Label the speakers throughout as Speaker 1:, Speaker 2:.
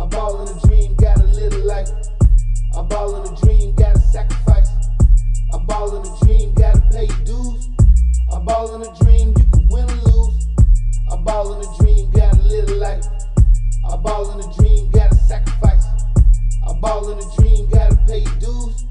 Speaker 1: a dream, gotta live a life. A ball in a dream, gotta sacrifice. A ball in a dream, gotta pay your dues. A ball in a dream, you can win or lose. A ball in a dream, gotta live a life. A ball in a dream, gotta sacrifice. A ball in a dream, gotta pay your dues.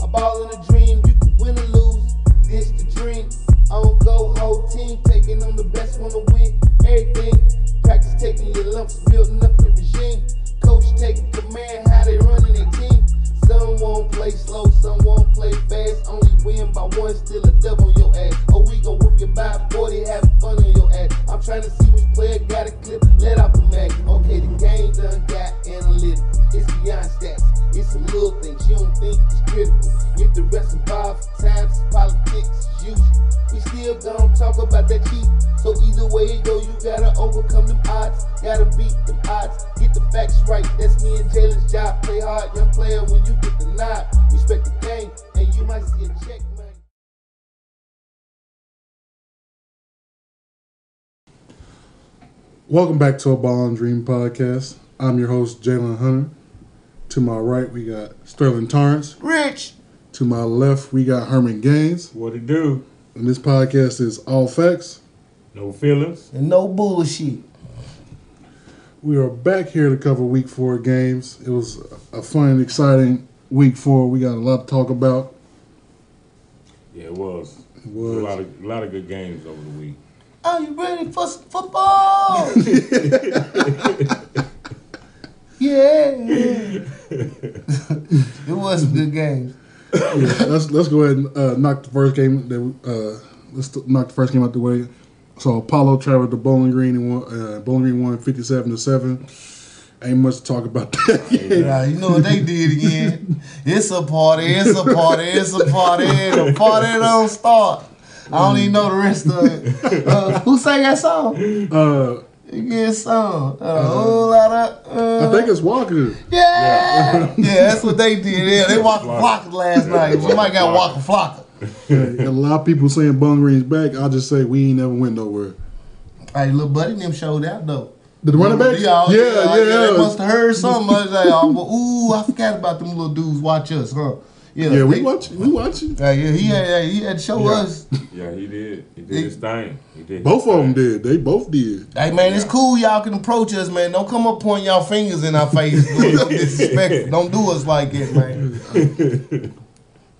Speaker 1: A ball in a dream, you can win or lose. This the dream. On go, whole team, taking on the best, wanna win everything. Practice taking your lumps, building up the regime. Coach taking command, how they running their team. Some won't play slow, some won't play fast. Only win by one, still a dub on your ass. Oh, we gon' whoop you by 40, have fun on your ass. I'm trying to see which player got a clip, let out the mag. Okay, the game done got analytical. It's beyond stats, it's some little things you don't think is critical. If the rest involves times, politics, is usual. We still gon' talk about that cheat. So either way it go, you gotta overcome them odds. Gotta beat them odds. Get the facts right. That's me and Jalen's job. Play hard, young player. When you get the nod, respect the game, and you might see a check, man.
Speaker 2: Welcome back to a Ball and Dream podcast. I'm your host, Jalen Hunter. To my right, we got Sterling Torrance.
Speaker 1: Rich.
Speaker 2: To my left, we got Herman Gaines.
Speaker 3: What it do?
Speaker 2: And this podcast is All Facts.
Speaker 3: No feelings.
Speaker 1: And no bullshit.
Speaker 2: We are back here to cover week four games. It was a fun, exciting week four. We got a lot to talk about.
Speaker 3: Yeah, it was.
Speaker 2: It
Speaker 3: A
Speaker 2: was-
Speaker 3: lot of lot of good games over the week.
Speaker 1: Are you ready for some football? yeah. it was some good games.
Speaker 2: yeah, let's let's go ahead and uh, knock the first game. That, uh, let's t- knock the first game out the way. So Apollo traveled to Bowling Green and won, uh, Bowling Green won fifty seven to seven. Ain't much to talk about that.
Speaker 1: Yeah, you know what they did again. It's a party, it's a party, it's a party, and the party don't start. I don't even know the rest of it. Uh, who sang that song?
Speaker 2: uh,
Speaker 1: A good song. A whole lot of.
Speaker 2: I
Speaker 1: Uh,
Speaker 2: think it's Walker.
Speaker 1: yeah! yeah, that's what they did. Yeah, they walked flocka last night. Somebody got walking flocka.
Speaker 2: a lot of people saying Bowling Green's back. I just say we ain't never went nowhere.
Speaker 1: Hey, little buddy, them showed out though.
Speaker 2: The running back,
Speaker 1: Yeah,
Speaker 2: yeah, yeah, yeah.
Speaker 1: They must have heard something. I was like, oh, well, ooh, I forgot about them little dudes. Watch us, huh? Yeah,
Speaker 2: we
Speaker 1: they-
Speaker 2: watch, we watching.
Speaker 1: Yeah, yeah, he had, he had to show
Speaker 3: Yeah.
Speaker 1: us.
Speaker 3: Yeah, he did. He did
Speaker 1: It-
Speaker 3: his thing. He did.
Speaker 2: Both
Speaker 3: his
Speaker 2: of them
Speaker 3: thing.
Speaker 2: did. They both did.
Speaker 1: Hey man, it's cool. Y'all can approach us, man. Don't come up pointing y'all fingers in our face. Doing something disrespectful. Don't do us like it, man.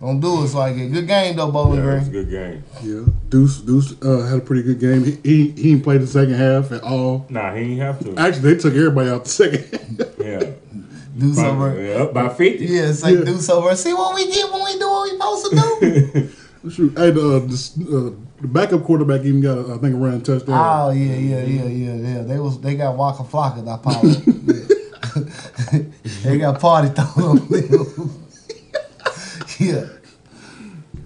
Speaker 1: Don't do us like it. Good game though, Bowling
Speaker 3: Yeah, it was a
Speaker 1: Green.
Speaker 3: good game.
Speaker 2: Yeah, Deuce Deuce uh, had a pretty good game. He he, he didn't play the second half at all.
Speaker 3: Nah, he ain't have to.
Speaker 2: Actually, they took everybody out the second. half.
Speaker 3: Yeah,
Speaker 1: Do
Speaker 3: By-
Speaker 1: something.
Speaker 3: yeah, up by fifty.
Speaker 1: Yeah, it's like do something. See what we get when we do what we supposed to do.
Speaker 2: Shoot, hey, the, uh, this, uh, the backup quarterback even got, I think, a running touchdown.
Speaker 1: Oh yeah, yeah, yeah, yeah, yeah. They was they got Waka Flocka that power. they got party thrown on them. yeah.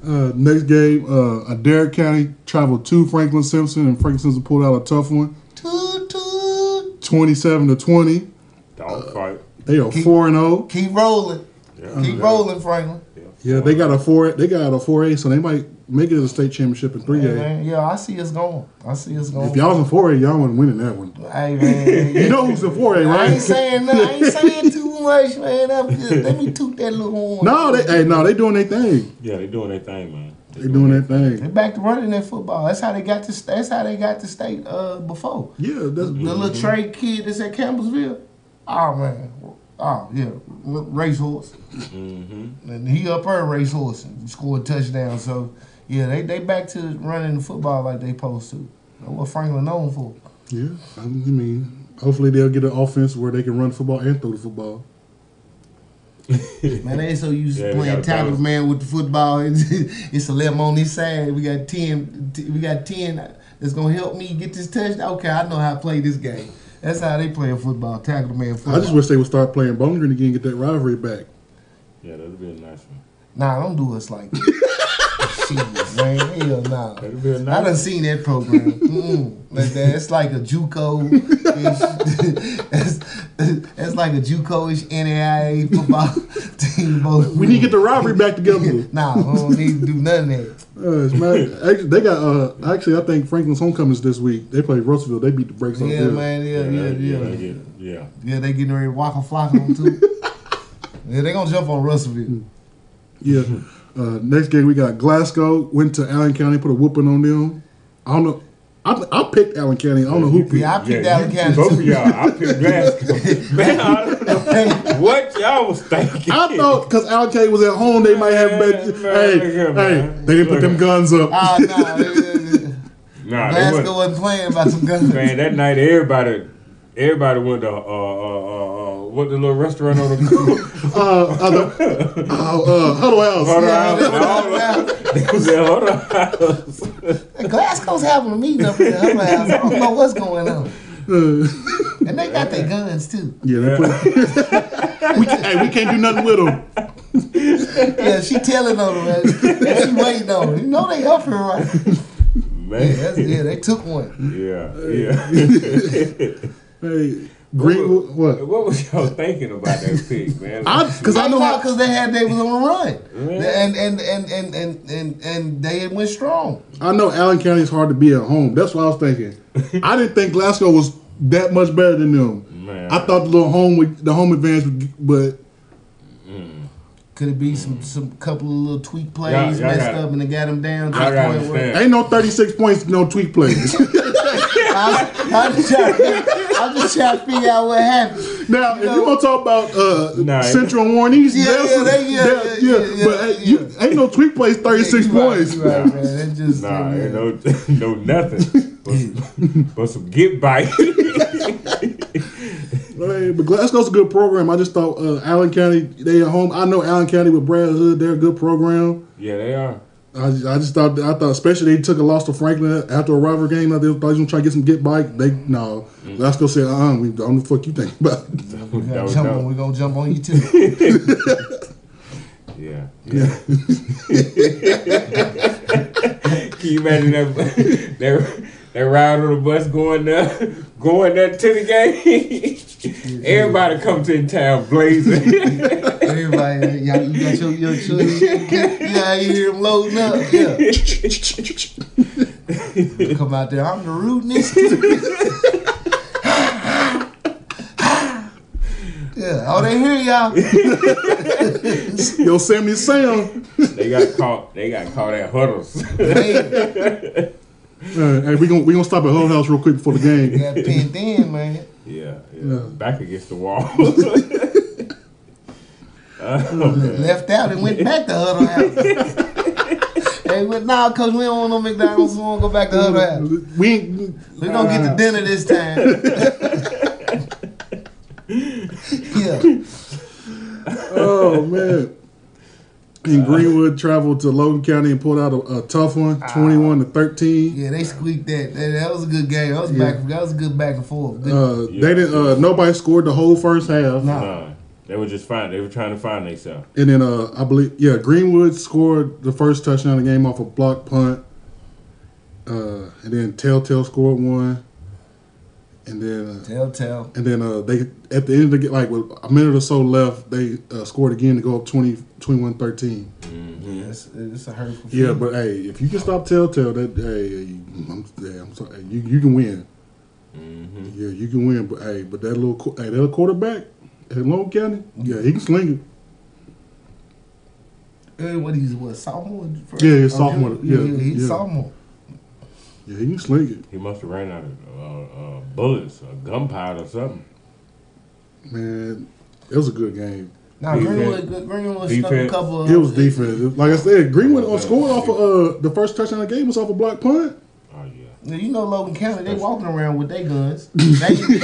Speaker 2: Uh, next game, uh, Adair County traveled to Franklin Simpson, and Franklin Simpson pulled out a tough one,
Speaker 1: Toot toot.
Speaker 2: twenty-seven to twenty.
Speaker 3: Dog fight.
Speaker 2: They are four and oh. zero.
Speaker 1: Keep rolling.
Speaker 3: Yeah.
Speaker 1: Keep rolling, Franklin.
Speaker 2: Yeah, they got a four. They got a four A, so they might make it to the state championship in three
Speaker 1: Yeah,
Speaker 2: A.
Speaker 1: man. yeah, I see it's going. I see it's going.
Speaker 2: Oh, If y'all was in four A, y'all wasn't winning that one.
Speaker 1: hey man,
Speaker 2: You know who's in four A,
Speaker 1: I ain't
Speaker 2: right?
Speaker 1: saying no, I ain't saying too much, man. I'm just, let me toot that little horn.
Speaker 2: No, they hey, no, they doing their thing.
Speaker 3: Yeah, they doing their thing, man.
Speaker 2: They doing their thing.
Speaker 1: they back to running that football. That's how they got this. That's how they got the state uh, before.
Speaker 2: Yeah, that's
Speaker 1: The little trade kid that's at Campbellsville. Oh man. Oh yeah. r- Racehorse.
Speaker 3: Mm-hmm.
Speaker 1: And he up her racehorse and scored a touchdown. So yeah, they, they back to running the football like they supposed to. That's what Franklin known for.
Speaker 2: yeah. I mean, hopefully they'll get an offense where they can run football and throw the football.
Speaker 1: Man, they so used
Speaker 3: Yeah,
Speaker 1: to
Speaker 3: they
Speaker 1: playing
Speaker 3: gotta
Speaker 1: tackle
Speaker 3: balance.
Speaker 1: man with the football. It's, it's a limb on this side. We got ten. t- We got ten that's gonna help me get this touchdown. Okay, I know how to play this game. That's how they playing football. Tackle man football.
Speaker 2: I just wish they would start playing Bowling Green again, get that rivalry back.
Speaker 3: Yeah, that'd be a nice one.
Speaker 1: Nah, don't do us like that.
Speaker 4: cheese, man. Hell nah.
Speaker 3: That'll be a
Speaker 4: I done
Speaker 3: nice.
Speaker 4: seen that program. Mm-mm. Like that, it's like a JUCO. It's, it's, it's like a JUCO-ish NAIA football team. Both.
Speaker 2: We need to get the robbery back together.
Speaker 4: Nah, we don't need to do nothing. of that.
Speaker 2: Uh, it's mad. Actually, they got uh, actually I think Franklin's homecomings this week. They play Roseville. They beat the brakes off
Speaker 4: Yeah,
Speaker 2: them.
Speaker 4: man. Yeah, yeah, yeah.
Speaker 3: yeah,
Speaker 4: Yeah,
Speaker 3: yeah, yeah.
Speaker 4: they getting ready to walk and flock on too. yeah, they gonna jump on Russellville.
Speaker 2: Yeah.
Speaker 3: Mm-hmm.
Speaker 2: Uh, next game we got Glasgow. Went to Allen County, put a whooping on them. I don't know. I, I picked Allen County. I don't know who picked.
Speaker 4: Yeah, I picked Allen
Speaker 3: you-
Speaker 4: County,
Speaker 3: Both
Speaker 4: too.
Speaker 3: of y'all. I picked Glasgow. Man, I don't know what y'all was thinking.
Speaker 2: I thought because Allen County was at home, they might have been.
Speaker 3: Man, man,
Speaker 2: Hey,
Speaker 3: look at
Speaker 2: hey,
Speaker 3: man.
Speaker 2: they didn't put
Speaker 3: Look
Speaker 2: them
Speaker 3: at-
Speaker 2: guns up.
Speaker 4: Ah, nah. they- they- they-
Speaker 3: Nah, they
Speaker 4: Glasgow
Speaker 3: wasn't.
Speaker 4: wasn't playing about some guns.
Speaker 3: Man, that night everybody, everybody went to uh uh uh, uh what the little restaurant on the.
Speaker 2: Uh, uh, the, oh, uh, Huddle House.
Speaker 3: Hold
Speaker 2: Yeah.
Speaker 3: on, hold on. They was at hold on.
Speaker 4: Glasgow's having a meeting up here. I'm like, I don't know what's going on. And they got their guns too.
Speaker 2: Uh, Yeah, they put. we can, hey, we can't do nothing with them.
Speaker 4: Yeah, she telling on them. man. She waiting on them. You know they up here, right? Yeah, that's,
Speaker 3: Man,
Speaker 4: yeah, they took one.
Speaker 3: yeah, yeah.
Speaker 2: Hey, Greenwood. What?
Speaker 3: what was y'all thinking about that pick, man?
Speaker 2: Because I, know how.
Speaker 4: because they had they was on a run,
Speaker 3: Really?
Speaker 4: and, and and and and and and they went strong.
Speaker 2: I know Allen County is hard to be at home. That's what I was thinking. I didn't think Glasgow was that much better than them.
Speaker 3: Man.
Speaker 2: I thought the little home with the home advantage, would- but
Speaker 4: Could it be some some couple of little tweak plays
Speaker 3: Y'all- y'all
Speaker 4: messed
Speaker 3: got-
Speaker 4: up and they got them down? to
Speaker 3: y'all
Speaker 4: the
Speaker 3: gotta
Speaker 4: point where-
Speaker 3: understand.
Speaker 2: ain't no thirty six points, no tweak plays.
Speaker 4: I, I'm just trying to- I'm just trying to figure out what happened.
Speaker 2: now, if you want to talk about uh,
Speaker 3: Nah.
Speaker 2: Central and Warren East,
Speaker 4: Yeah,
Speaker 2: that's-
Speaker 4: yeah, they- yeah,
Speaker 2: that-
Speaker 4: yeah, yeah,
Speaker 2: but hey, you ain't no tweak plays thirty six
Speaker 4: You right,
Speaker 2: points.
Speaker 4: you right, man. It just-
Speaker 3: Nah, ain't no, no nothing but, some- but some get bite.
Speaker 2: Right, but Glasgow's a good program. I just thought uh, Allen County, they at home. I know Allen County with Brad Hood, they're a good program.
Speaker 3: yeah, they are.
Speaker 2: I just, I just thought I thought especially they took a loss to Franklin after a rival game. I thought they was gonna try to get some get bike. They no, Glasgow said, uh, uh we I don't know the fuck you think about.
Speaker 4: We
Speaker 3: That
Speaker 4: gotta
Speaker 3: was
Speaker 4: jump
Speaker 3: dope.
Speaker 4: on. We're gonna jump on you too.
Speaker 3: Yeah, yeah. Can you imagine that that that ride on the bus going there, going there to the game? Everybody come to the town blazing.
Speaker 4: Everybody, y'all, you got your your children. Yeah, you hear them loading up. Yeah, come out there. I'm the rudeness. yeah. Oh, they hear y'all.
Speaker 2: Yo, Sammy Sam,
Speaker 3: they got caught. They got caught at huddles.
Speaker 4: They
Speaker 2: uh, hey, we gonna we gonna stop at Hull House real quick before the game.
Speaker 4: got pinned in, man.
Speaker 3: Yeah, yeah.
Speaker 2: Yeah.
Speaker 3: Back against the wall. Oh,
Speaker 4: Left out and went back to Huddle House. They went, nah, cause we don't want no McDonald's. We want to go back to Huddle House.
Speaker 2: We ain't
Speaker 4: We gonna get the dinner this time. yeah.
Speaker 2: oh man. And Greenwood traveled to Logan County and pulled out a, a tough one, twenty one to thirteen.
Speaker 4: Yeah, they squeaked that. That, that was a good game. That was back. That was a good back and forth. Good.
Speaker 2: Uh,
Speaker 3: Yeah.
Speaker 2: They didn't. Uh, nobody scored the whole first half,
Speaker 3: Nah, they were just fine. They were trying to find themselves.
Speaker 2: and then uh, I believe yeah, Greenwood scored the first touchdown of the game off a block punt, uh, and then Telltale scored one, and then uh,
Speaker 4: Telltale.
Speaker 2: and then uh, they at the end of the game, like with a minute or so left, they uh, scored again to go up 20, 21-13.
Speaker 3: Mm-hmm,
Speaker 4: Yeah, it's, it's a hurtful.
Speaker 2: Yeah,
Speaker 4: feeling.
Speaker 2: but hey, if you can stop Telltale, that hey, I'm, hey, I'm sorry, you you can win.
Speaker 3: mm-hmm.
Speaker 2: Yeah, you can win, but hey, but that little qu- hey, that little quarterback at Long County, yeah, he can sling it.
Speaker 4: Uh, what he's what sophomore? first?
Speaker 2: Yeah, he's
Speaker 4: Oh,
Speaker 2: sophomore. Yeah,
Speaker 4: he's
Speaker 2: yeah.
Speaker 4: sophomore.
Speaker 2: Yeah, he can sling it.
Speaker 3: He must have ran out of uh, uh, bullets or gunpowder or something.
Speaker 2: Man, it was a good game.
Speaker 4: Now
Speaker 3: Defense.
Speaker 4: Greenwood, Greenwood snuck a
Speaker 3: Defense.
Speaker 4: couple of.
Speaker 2: It was defense. It- Like I said, Greenwood on scored off of uh, the first touchdown of the game was off a block punt.
Speaker 3: Oh yeah,
Speaker 4: You know Logan County, they walking around with their guns. They, they, shoot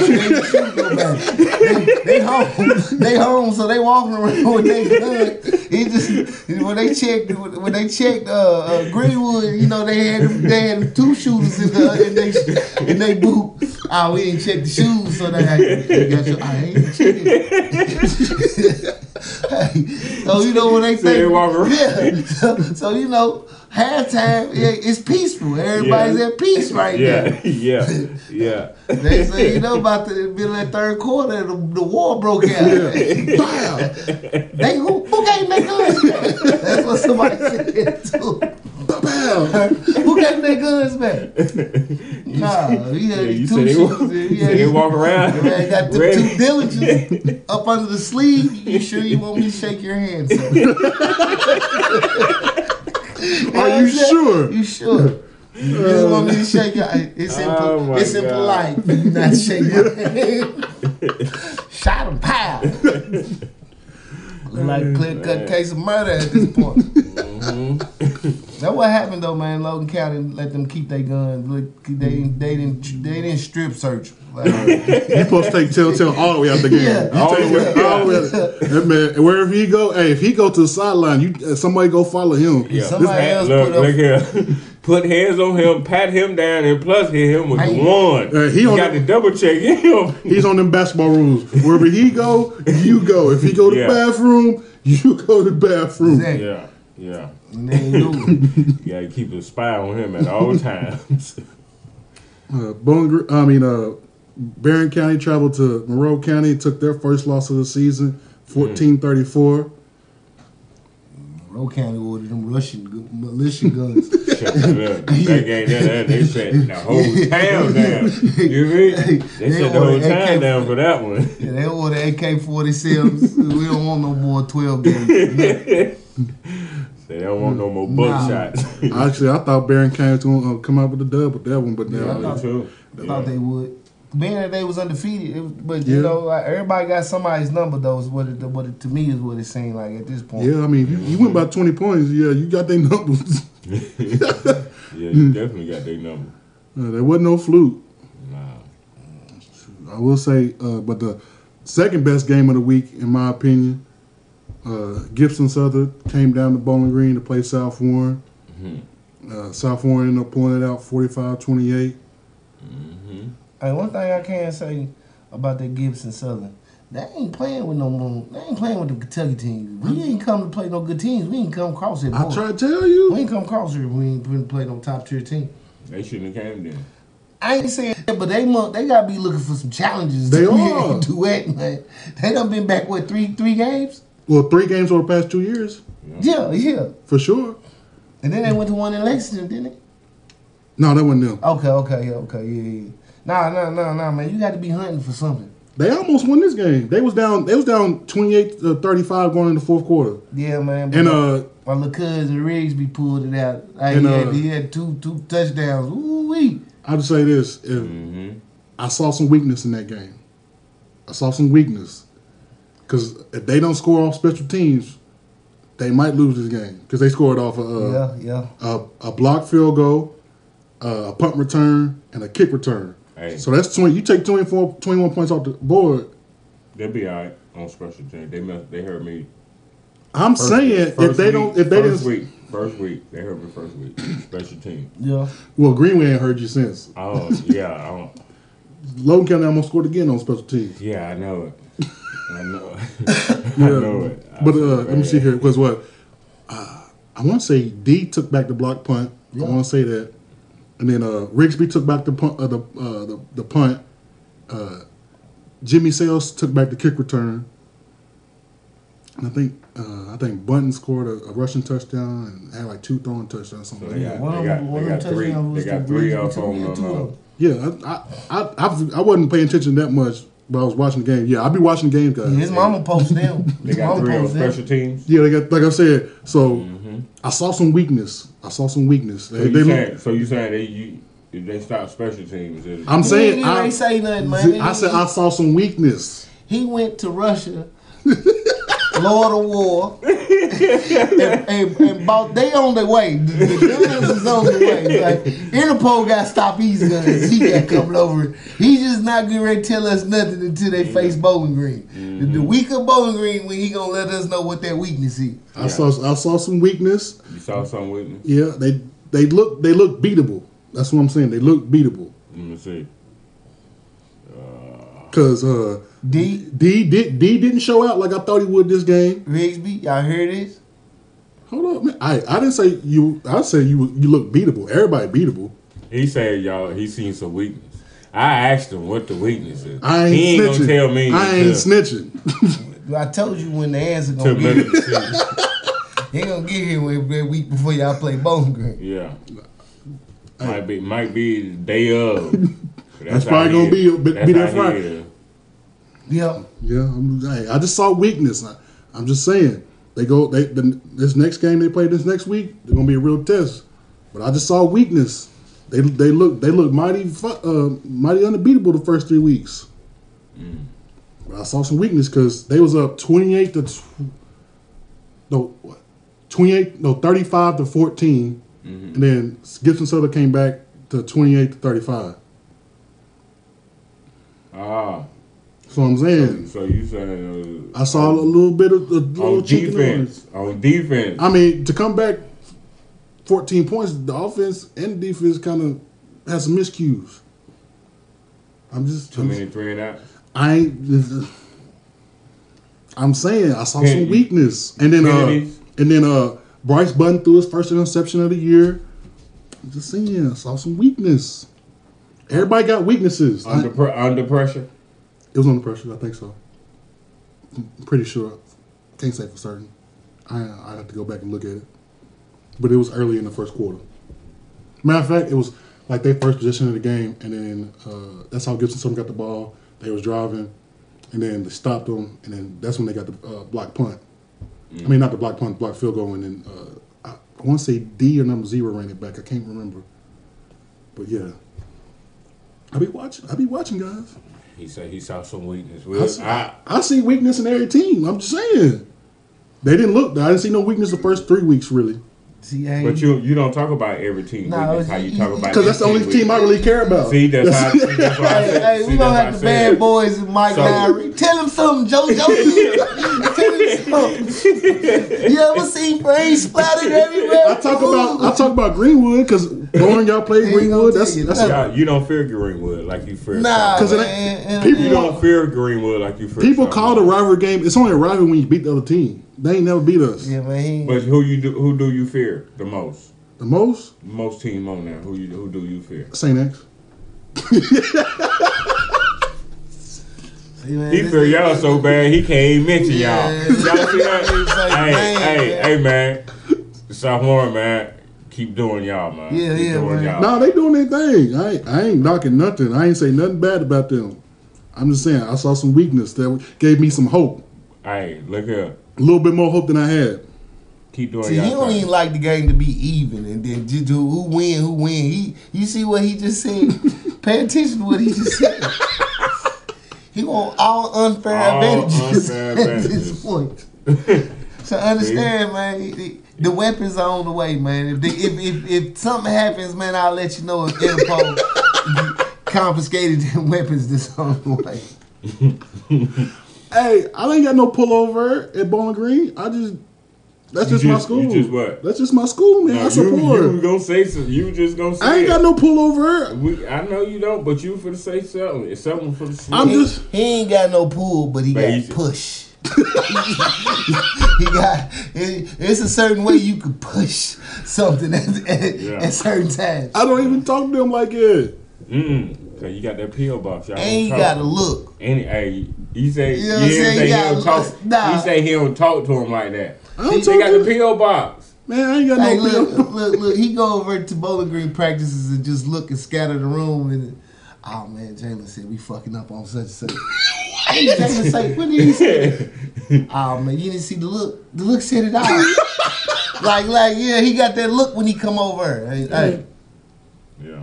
Speaker 4: nobody. They- they home, they home, so they walking around with their guns. It just when they checked when they checked uh, uh, Greenwood, you know they had them, they had them two shooters in the in they in they boot. Ah, we didn't check the shoes, so they had they got your, I ain't checking. hey, so you know when they
Speaker 3: So they
Speaker 4: think,
Speaker 3: walk around.
Speaker 4: yeah. So, so you know, halftime, yeah, it's peaceful. Everybody's
Speaker 3: Yeah.
Speaker 4: at peace right
Speaker 3: Yeah,
Speaker 4: now.
Speaker 3: yeah, yeah.
Speaker 4: Next thing you know, about the middle of that third quarter, the, the war broke out. Bam! They who, who gave that guns back? That's what somebody said too.
Speaker 2: Bam.
Speaker 4: Who gave their guns back? Nah, he
Speaker 3: Yeah,
Speaker 4: had
Speaker 3: you
Speaker 4: these
Speaker 3: said
Speaker 4: two
Speaker 3: they walk,
Speaker 4: shoes.
Speaker 3: you
Speaker 4: He
Speaker 3: said
Speaker 4: had
Speaker 3: they
Speaker 4: his-
Speaker 3: walk around.
Speaker 4: Man, got the
Speaker 3: ready.
Speaker 4: two diligence up under the sleeve. You sure you want me to shake your hand? Son?
Speaker 2: Are you sure?
Speaker 4: You sure? You just want me to shake your It's impolite.
Speaker 3: Uh, Oh my
Speaker 4: it's
Speaker 3: God.
Speaker 4: impolite. for you Not to shake my hand. Shot him, pow. Look like a clear cut case of murder at this point.
Speaker 3: Mm-hmm.
Speaker 4: That's what happened though, man. Logan County let them keep their guns. Look, They didn't, they didn't, they didn't strip search. Like,
Speaker 2: You supposed to take Telltale all the way out the game.
Speaker 4: Yeah.
Speaker 2: You
Speaker 3: All
Speaker 2: take
Speaker 3: the way
Speaker 2: him all the way. out. That man, and wherever he go, hey, if he go to the sideline, you uh, somebody go follow him.
Speaker 3: Yeah.
Speaker 4: Somebody
Speaker 3: Pat-
Speaker 4: else
Speaker 3: look,
Speaker 4: put up-
Speaker 3: look here. Put hands on him, pat him down, and plus hit him with
Speaker 4: Hey.
Speaker 3: the one.
Speaker 2: Uh, he
Speaker 3: you
Speaker 2: on
Speaker 3: got
Speaker 2: the-
Speaker 3: to double check him.
Speaker 2: He's on them basketball rules. Wherever he go, you go. If he go to
Speaker 3: Yeah.
Speaker 2: bathroom, you go to bathroom.
Speaker 4: Exactly.
Speaker 3: Yeah, yeah.
Speaker 4: and they knew.
Speaker 3: You got to keep a spy on him at all times.
Speaker 2: Uh, Bowling, Gre- I mean, uh, Barron County traveled to Monroe County, took their first loss of the season, fourteen thirty four.
Speaker 4: Monroe County ordered them Russian gu- militia guns.
Speaker 3: Check it up. That game, that, that, they shut the whole town down. You mean? They
Speaker 4: They
Speaker 3: shut the whole
Speaker 4: ordered
Speaker 3: town
Speaker 4: AK.
Speaker 3: down for that one.
Speaker 4: yeah, they ordered AK 47s. we don't want no more 12 guns.
Speaker 3: They don't want no more
Speaker 4: Nah.
Speaker 3: buckshots.
Speaker 2: Actually, I thought Barron County was going to come out with a dub with that one, but now
Speaker 4: I thought-
Speaker 3: True.
Speaker 4: I thought they would. Being that they was undefeated, it was, but
Speaker 2: Yeah.
Speaker 4: you know, like, everybody got somebody's number though. Is what it, what it to me is what it seemed like at this point.
Speaker 2: yeah, I mean, you, you went by twenty points. Yeah, you got their numbers.
Speaker 3: Yeah, you definitely got their number.
Speaker 2: Uh, there wasn't no fluke.
Speaker 3: Nah.
Speaker 2: I will say, uh, but the second best game of the week, in my opinion, uh, Gibson Southern came down to Bowling Green to play South Warren.
Speaker 3: Mm-hmm.
Speaker 2: Uh, South Warren ended up pulling it out 45 28.
Speaker 4: Hey, one thing I can say about that Gibson Southern, they ain't playing with no more. They ain't playing with the Kentucky teams. We ain't come to play no good teams. We ain't come cross here.
Speaker 2: I
Speaker 4: boy.
Speaker 2: try to tell
Speaker 4: We
Speaker 2: you.
Speaker 4: ain't come cross here. We ain't been play no top tier team.
Speaker 3: They shouldn't have came then.
Speaker 4: I ain't saying that, but they mu- they gotta be looking for some challenges.
Speaker 2: They
Speaker 4: to be
Speaker 2: are.
Speaker 4: able to do it, man. They done been back what three three games?
Speaker 2: Well, three games over the past two years,
Speaker 4: Yeah, yeah.
Speaker 2: for sure.
Speaker 4: And then they went to one in Lexington, didn't they?
Speaker 2: No, that wasn't them.
Speaker 4: Okay, okay, yeah, okay, yeah, yeah. Nah, nah, nah, nah, man. You got to be hunting for something.
Speaker 2: They almost won this game. They was down. They was down 28 to 35 going in the fourth quarter.
Speaker 4: Yeah, man. but
Speaker 2: And uh,
Speaker 4: my little cousin Rigsby pulled it out. Like,
Speaker 2: And,
Speaker 4: he,
Speaker 2: uh,
Speaker 4: had, he had two two touchdowns. Ooh wee.
Speaker 2: I just say this: if
Speaker 3: Mm-hmm.
Speaker 2: I saw some weakness in that game. I saw some weakness because if they don't score off special teams, they might lose this game because they scored off a,
Speaker 4: Yeah,
Speaker 2: a,
Speaker 4: yeah.
Speaker 2: a, a block field goal, a punt return, and a kick return.
Speaker 3: Hey.
Speaker 2: So that's twenty. You take 24, 21 points off the board.
Speaker 3: They'll be all right on special teams. They must, they heard me.
Speaker 2: I'm
Speaker 3: first-
Speaker 2: saying if
Speaker 3: first
Speaker 2: they
Speaker 3: week-
Speaker 2: don't, if they
Speaker 3: first
Speaker 2: didn't,
Speaker 3: week, first week they heard me first week special team.
Speaker 4: Yeah.
Speaker 2: well, Greenway ain't heard you since.
Speaker 3: Oh yeah, I don't,
Speaker 2: Logan County almost scored again on special teams.
Speaker 3: yeah, I know it. I know it. I know it. I
Speaker 2: But uh,
Speaker 3: feel
Speaker 2: let me see
Speaker 3: bad.
Speaker 2: here. Because what? Uh, I want to say D took back the block punt. I want to say that. And then uh, Rigsby took back the punt. Uh, the, uh, the the punt. Uh, Jimmy Sales took back the kick return. And I think uh, I think Button scored a, a rushing touchdown and had like two throwing touchdowns. Something
Speaker 3: So
Speaker 2: like
Speaker 3: they
Speaker 2: that.
Speaker 3: got,
Speaker 4: One
Speaker 3: they got,
Speaker 4: of them-
Speaker 3: they
Speaker 4: one of
Speaker 3: got
Speaker 4: them
Speaker 3: three.
Speaker 4: touchdowns
Speaker 3: They
Speaker 4: was
Speaker 3: got
Speaker 4: to
Speaker 3: three
Speaker 4: Rigsby,
Speaker 3: off
Speaker 4: two-
Speaker 3: on
Speaker 4: yeah, two of
Speaker 3: them. uh,
Speaker 4: them.
Speaker 2: Yeah, I I, I I I wasn't paying attention that much, but I was watching the game. Yeah, I be watching the game, guys.
Speaker 4: His mama posted them.
Speaker 3: They
Speaker 4: His
Speaker 3: got
Speaker 4: mama
Speaker 3: three on
Speaker 4: posted them.
Speaker 3: special teams.
Speaker 2: Yeah, like I, like I said, so I saw some weakness. I saw some weakness.
Speaker 3: So
Speaker 2: They-
Speaker 3: Mm-hmm. you
Speaker 2: they-
Speaker 3: saying, so you saying they you if they stop special teams? it'll-
Speaker 2: I'm
Speaker 4: He ain't-
Speaker 2: saying
Speaker 4: he
Speaker 2: I,
Speaker 4: ain't say nothing, man.
Speaker 2: I said I saw some weakness.
Speaker 4: He went to Russia, Lord of War, and, and, and bought. They on their way. The, the guns is on the way. Like Interpol got to stop these guns. He got coming over. He just not getting ready to tell us nothing until they face Bowling Green. The,
Speaker 3: Mm-hmm.
Speaker 4: the week of Bowling Green, when he gonna let us know what that weakness is.
Speaker 2: I saw I saw some weakness.
Speaker 3: You saw something with me?
Speaker 2: Yeah, they they look they look beatable. That's what I'm saying. They look beatable
Speaker 3: Let me see.
Speaker 2: because uh,
Speaker 4: D.
Speaker 2: D did D didn't show out like I thought he would this game.
Speaker 4: Rigsby, y'all hear this?
Speaker 2: Hold up, man. I I didn't say you. I said you you look beatable. Everybody beatable.
Speaker 3: He said y'all he seen some weakness. I asked him what the weakness is.
Speaker 2: I ain't
Speaker 3: he ain't
Speaker 2: snitching.
Speaker 3: gonna tell me.
Speaker 2: I ain't
Speaker 3: until-
Speaker 2: snitching.
Speaker 4: I told you when the answer
Speaker 3: until
Speaker 4: gonna be.
Speaker 3: middle of the season.
Speaker 4: They gonna get here when- that week before y'all play Bowling Green.
Speaker 3: Yeah. Might be might be the day of.
Speaker 2: That's probably
Speaker 3: how
Speaker 2: gonna be-
Speaker 3: he-
Speaker 2: be-
Speaker 3: that's
Speaker 2: be there
Speaker 3: how he
Speaker 2: Friday.
Speaker 3: is.
Speaker 4: Yep.
Speaker 2: yeah, I'm, hey, I just saw weakness. I, I'm just saying they go. They the, this next game they play this next week. They're gonna be a real test. But I just saw weakness. They they look they look mighty fu- uh, mighty unbeatable the first three weeks.
Speaker 3: Mm.
Speaker 2: But I saw some weakness because they was up 28 to tw- no what? 28 no 35 to 14
Speaker 3: Mm-hmm.
Speaker 2: and then Gibson Soda came back to 28 to 35
Speaker 3: Ah.
Speaker 2: so I'm saying
Speaker 3: So you saying uh,
Speaker 2: I saw a little bit of a little
Speaker 3: on
Speaker 2: chicken
Speaker 3: defense. On defense.
Speaker 2: I mean to come back 14 points the offense and defense kind of has some miscues I'm just
Speaker 3: Too many three and out.
Speaker 2: I ain't. I'm saying I saw
Speaker 3: Penalty.
Speaker 2: some weakness, and then uh,
Speaker 3: Penalties.
Speaker 2: and then uh, Bryce Button threw his first interception of the year. I'm just saying, I saw some weakness. Everybody got weaknesses. I-
Speaker 3: Under pr- under pressure.
Speaker 2: it was under pressure, I think so. I'm pretty sure. Can't say for certain. I I have to go back and look at it, but it was early in the first quarter. Matter of fact, it was like they first possession of the game, and then uh, that's how Gibson Something got the ball. They was driving, and then they stopped them, and then that's when they got the uh, block punt. I mean, not the block punt, block field goal, and then uh, I, I want to say D or number zero ran it back. I can't remember, but yeah. I be watching. I be watching, guys.
Speaker 3: He said he saw some weakness.
Speaker 2: I,
Speaker 3: Well,
Speaker 2: see-
Speaker 3: I,
Speaker 2: I see weakness in every team. I'm just saying. They didn't look. I didn't see no weakness the first three weeks, really.
Speaker 4: See, I
Speaker 3: but you you don't talk about every team
Speaker 4: No,
Speaker 3: weakness.
Speaker 4: it's- e
Speaker 3: How you talk about
Speaker 2: Because that's the only
Speaker 3: every
Speaker 2: team I really care about.
Speaker 3: See, that's how. see, that's why I
Speaker 4: Hey,
Speaker 3: said-
Speaker 4: hey,
Speaker 3: see,
Speaker 4: we gonna
Speaker 3: that's
Speaker 4: have the
Speaker 3: why I said-
Speaker 4: bad boys in Mike
Speaker 3: So-
Speaker 4: Diary. Tell him something, JoJo. Tell him something. You ever seen brains splattered everywhere?
Speaker 2: I talk about I talk about Greenwood because when y'all played
Speaker 4: They ain't
Speaker 2: Greenwood,
Speaker 4: gonna
Speaker 2: that's
Speaker 4: tell you
Speaker 2: that's
Speaker 3: Y'all- you don't fear Greenwood like you fear.
Speaker 4: Nah,
Speaker 3: Charlotte.
Speaker 2: because it
Speaker 4: Man, and-
Speaker 2: ain't,
Speaker 3: you
Speaker 2: people
Speaker 3: don't fear Greenwood like you fear.
Speaker 2: people
Speaker 3: Charlotte.
Speaker 2: call the rivalry game. It's only a rivalry when you beat the other team. They ain't never beat us.
Speaker 4: Yeah, man. he-
Speaker 3: But who you do? Who do you fear the most?
Speaker 2: The most
Speaker 3: Most team on there. Who you? Who do you fear?
Speaker 2: Saint X.
Speaker 4: See, man,
Speaker 3: He
Speaker 4: this-
Speaker 3: fear y'all so bad he can't even mention
Speaker 4: Yeah.
Speaker 3: y'all. Y'all see that?
Speaker 4: It's like,
Speaker 3: hey,
Speaker 4: man,
Speaker 3: hey,
Speaker 4: man.
Speaker 3: hey, man. Sophomore man, keep doing y'all, man.
Speaker 4: Yeah,
Speaker 3: keep
Speaker 4: yeah,
Speaker 3: doing
Speaker 4: man.
Speaker 3: y'all.
Speaker 2: No, they doing their thing. I ain't, I ain't knocking nothing. I ain't say nothing bad about them. I'm just saying I saw some weakness that gave me some hope,
Speaker 3: Hey, look here.
Speaker 2: a little bit more hope than I had.
Speaker 3: Keep doing
Speaker 4: See,
Speaker 3: y'all.
Speaker 4: he don't
Speaker 3: thing.
Speaker 4: even like the game to be even, and then just do who win, who win. He, you see what he just said? Pay attention to what he just said. he want all unfair
Speaker 3: All
Speaker 4: advantages
Speaker 3: unfair
Speaker 4: at
Speaker 3: advantages.
Speaker 4: this point. so understand, man. it- it- The weapons are on the way, man. If, they, if if if something happens, man, I'll let you know. If Interpol confiscated the weapons that's on the way.
Speaker 2: Hey, I ain't got no pullover at Bowling Green. I just that's
Speaker 3: You
Speaker 2: just, my
Speaker 3: just- you
Speaker 2: school.
Speaker 3: just what?
Speaker 2: That's just my school, man.
Speaker 3: Now,
Speaker 2: I support.
Speaker 3: You, you gonna say something? You just gonna say?
Speaker 2: I ain't
Speaker 3: it.
Speaker 2: got no pullover.
Speaker 3: We, I know you don't, but you for to say something. It's something for the.
Speaker 2: I'm
Speaker 4: He,
Speaker 2: just-
Speaker 4: he ain't got no pull, but he
Speaker 3: But he's-
Speaker 4: got push. he got. It, it's a certain way you can push something at, at,
Speaker 3: Yeah.
Speaker 4: at certain times,
Speaker 2: I don't even talk to them like it.
Speaker 3: Mm, Cause you got that PO box. Y'all
Speaker 4: and you
Speaker 3: don't
Speaker 4: got
Speaker 3: talk.
Speaker 4: to look.
Speaker 3: And hey, he say
Speaker 4: You
Speaker 3: you
Speaker 4: know what I'm saying?
Speaker 3: say he
Speaker 4: Yeah,
Speaker 3: don't talk.
Speaker 4: nah.
Speaker 3: He say he don't talk to him like that.
Speaker 2: I don't
Speaker 3: They
Speaker 2: talk
Speaker 3: got
Speaker 2: to
Speaker 3: the PO box.
Speaker 2: Man, I ain't got
Speaker 4: Hey,
Speaker 2: no
Speaker 4: look,
Speaker 2: pullover.
Speaker 4: look, look. He go over to Bowling Green practices and just look and scatter the room and. Oh man, Jalen said we fucking up on such and such. Hey, Jalen say, what did he say? Oh man, you didn't see the look. The look said it all. like, like, yeah, he got that look when he come over. Hey, hey.
Speaker 3: Yeah,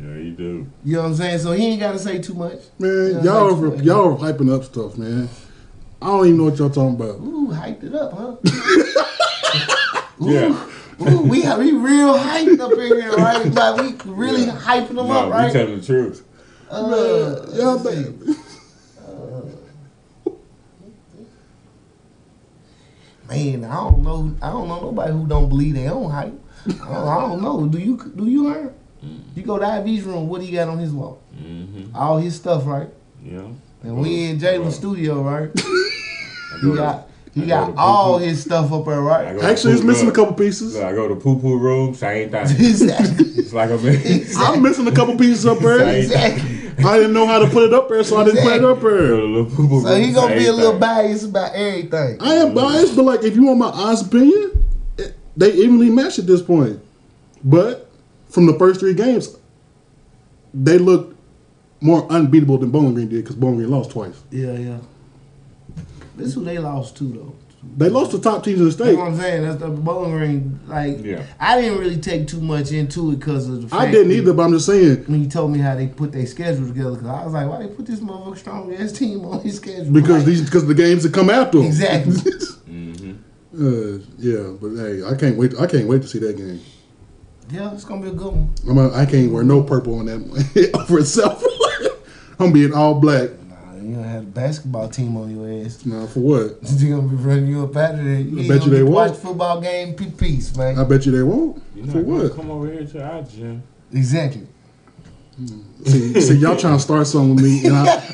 Speaker 3: yeah, he do.
Speaker 4: You know what I'm saying? So he ain't got to say too much.
Speaker 2: Man,
Speaker 4: Yeah,
Speaker 2: y'all
Speaker 4: like-
Speaker 2: are, y'all are hyping up stuff, man. I don't even know what y'all talking about.
Speaker 4: Ooh, hyped it up, huh? ooh,
Speaker 3: Yeah.
Speaker 4: ooh, we have we real hyped up in here, right? Like we really
Speaker 3: Yeah.
Speaker 4: hyping them
Speaker 3: No,
Speaker 4: up,
Speaker 3: we
Speaker 4: right?
Speaker 3: telling the truth.
Speaker 4: Uh,
Speaker 2: Y'all think
Speaker 4: man, I don't know. I don't know nobody who don't believe they own hype. I don't, I don't know. Do you? Do you learn? You go to IV's room. What he got on his wall?
Speaker 3: Mm. Mm-hmm.
Speaker 4: All his stuff, right?
Speaker 3: Yeah.
Speaker 4: And we in Jalen's
Speaker 3: Well,
Speaker 4: studio, right?
Speaker 3: I
Speaker 4: You
Speaker 3: go to-
Speaker 4: got He
Speaker 3: I go
Speaker 4: got
Speaker 3: to
Speaker 4: all
Speaker 3: poo-poo.
Speaker 4: his stuff up there,
Speaker 3: I
Speaker 4: right?
Speaker 3: go to
Speaker 2: Actually, it's
Speaker 3: poo-
Speaker 2: missing a
Speaker 3: look,
Speaker 2: couple pieces.
Speaker 3: look, I go to poo poo rooms. I ain't that.
Speaker 4: exactly.
Speaker 3: It's like I'm in.
Speaker 2: I'm missing a couple pieces up there.
Speaker 3: Same.
Speaker 4: Exactly.
Speaker 2: I didn't know how to put it up there, so I didn't put it up there.
Speaker 4: So
Speaker 3: So
Speaker 4: he gonna be a little biased about everything.
Speaker 2: I am biased, but like if you want my honest opinion, it, they evenly matched at this point. But from the first three games, they looked more unbeatable than Bowling Green did because Bowling Green lost twice.
Speaker 4: Yeah, yeah. This who they lost to though.
Speaker 2: They lost the top teams in the
Speaker 4: You
Speaker 2: state.
Speaker 4: know what I'm saying? That's the bowling green. Like,
Speaker 3: Yeah.
Speaker 4: I didn't really take too much into it because of the fact
Speaker 2: I didn't
Speaker 4: that
Speaker 2: either, but I'm just saying
Speaker 4: When you told me how they put their schedule together, because I was like, why they put this motherfucker strong ass team on his schedule?
Speaker 2: because
Speaker 4: Like,
Speaker 2: these because the games that come after them.
Speaker 4: Exactly.
Speaker 2: Uh, yeah, but hey, I can't wait. I can't wait to see that game.
Speaker 4: yeah, it's gonna be a good one.
Speaker 2: I'm a, I can't wear no purple on that for itself. I'm being all black.
Speaker 4: Nah, you gonna have a basketball team on your ass.
Speaker 2: Now for what?
Speaker 4: They gonna be running you up out of there. You
Speaker 2: I
Speaker 4: ain't
Speaker 2: bet
Speaker 4: gonna
Speaker 2: you they
Speaker 4: get to watch
Speaker 2: won't.
Speaker 4: football game. pe- Peace, man.
Speaker 2: I bet you they won't.
Speaker 3: You're not
Speaker 2: For
Speaker 3: gonna
Speaker 2: what?
Speaker 3: Come over here to our gym.
Speaker 4: exactly.
Speaker 2: See, see, y'all trying to start something with me, and I,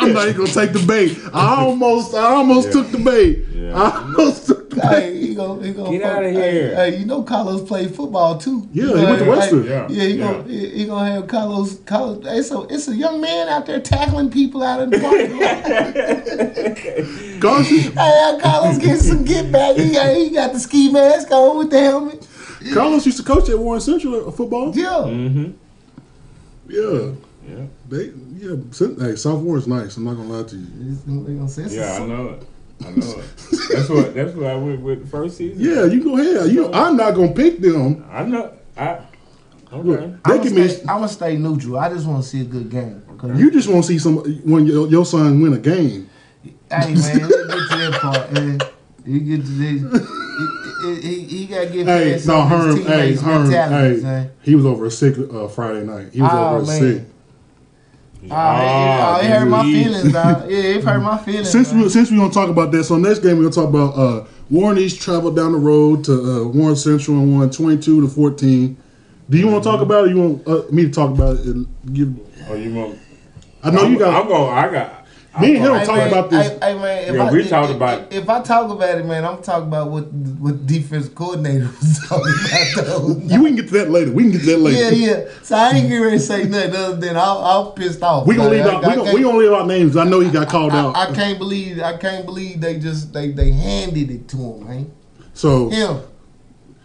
Speaker 2: I'm not even gonna take the bait. I almost, I almost
Speaker 3: Yeah.
Speaker 2: took the bait.
Speaker 3: Yeah.
Speaker 2: I almost took the bait.
Speaker 4: Hey, he gonna, he gonna
Speaker 3: Get outta
Speaker 4: hey,
Speaker 3: here.
Speaker 4: Hey, you know Carlos played football too.
Speaker 2: Yeah,
Speaker 4: You
Speaker 2: he
Speaker 4: know,
Speaker 2: went to
Speaker 4: like,
Speaker 2: Western.
Speaker 3: Yeah,
Speaker 4: Yeah, he
Speaker 3: yeah.
Speaker 4: gonna he, he gonna have Carlos. Carlos it's a it's a young man out there tackling people out in the parking lot.
Speaker 2: Carlos,
Speaker 4: Hey, Carlos getting some get back. He got he got the ski mask on with the helmet.
Speaker 2: Carlos used to coach at Warren Central uh, football.
Speaker 4: Yeah,
Speaker 3: Mm-hmm.
Speaker 2: Yeah,
Speaker 3: Yeah.
Speaker 2: they, yeah. Cent- Hey, South Warren's nice. I'm not gonna lie to you.
Speaker 4: It's- they gonna say it's a-
Speaker 3: Yeah, I know it. I know it. That's what. That's what I went with the first season.
Speaker 2: Yeah, you go ahead. You, I'm not gonna pick them.
Speaker 3: I know. I. Okay.
Speaker 2: Look,
Speaker 4: I'm
Speaker 2: they
Speaker 4: gonna,
Speaker 2: can be.
Speaker 4: stay, I'm gonna stay neutral. I just want to see a good game. 'Cause-
Speaker 2: You just want to see some when your, your son win a game.
Speaker 4: hey man, let's get to that part, man. You get to this. He, he, he, he gotta get
Speaker 2: Hey,
Speaker 4: past
Speaker 2: no,
Speaker 4: some of
Speaker 2: Herm.
Speaker 4: his
Speaker 2: Hey,
Speaker 4: teammates'
Speaker 2: Herm.
Speaker 4: mentalities,
Speaker 2: Hey,
Speaker 4: man.
Speaker 2: he was over sick uh, Friday night. He was
Speaker 4: Oh,
Speaker 2: over
Speaker 4: man.
Speaker 2: sick.
Speaker 4: Oh,
Speaker 2: Ah,
Speaker 4: it, it hurt my
Speaker 3: geez.
Speaker 4: feelings, dog. Yeah, it hurt my feelings.
Speaker 2: Since
Speaker 4: dog.
Speaker 2: we since we gonna talk about that, so next game we're gonna talk about uh, Warren East traveled down the road to uh, Warren Central and won twenty two to fourteen. Do you want to talk about it? Or you want uh, me to talk about it? And give,
Speaker 3: Oh, you want?
Speaker 2: I know
Speaker 3: I'm,
Speaker 2: you got.
Speaker 3: I'm going. I got.
Speaker 2: Me and
Speaker 3: I'm gonna-
Speaker 2: him talk about this.
Speaker 4: Hey, hey, man, if
Speaker 3: Yeah,
Speaker 4: I,
Speaker 3: we
Speaker 4: if-
Speaker 3: talked
Speaker 4: if-
Speaker 3: about-
Speaker 4: If I talk about it, man, I'm talking about what what defense coordinator was talking about. Though.
Speaker 2: you we can get to that later. We can get to that later.
Speaker 4: Yeah, yeah. So I ain't getting ready to say nothing other than I'm, I'm pissed off.
Speaker 2: We gonna
Speaker 4: Like,
Speaker 2: leave
Speaker 4: I-
Speaker 2: out.
Speaker 4: I
Speaker 2: We gonna,
Speaker 4: can't-
Speaker 2: we gonna leave out names. I know he got called out.
Speaker 4: I, I can't believe I can't believe they just they they handed it to him, man.
Speaker 2: so
Speaker 4: Him.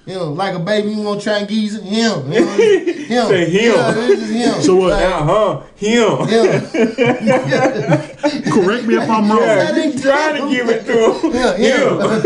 Speaker 4: Him. Like a baby you want Chinese, him. Him. him.
Speaker 3: Say him.
Speaker 4: Yeah, this is him.
Speaker 2: So what?
Speaker 4: Like,
Speaker 3: Uh huh. Him.
Speaker 4: him.
Speaker 2: correct me if I'm wrong.
Speaker 3: Yeah,
Speaker 4: they
Speaker 3: you trying to give it to him.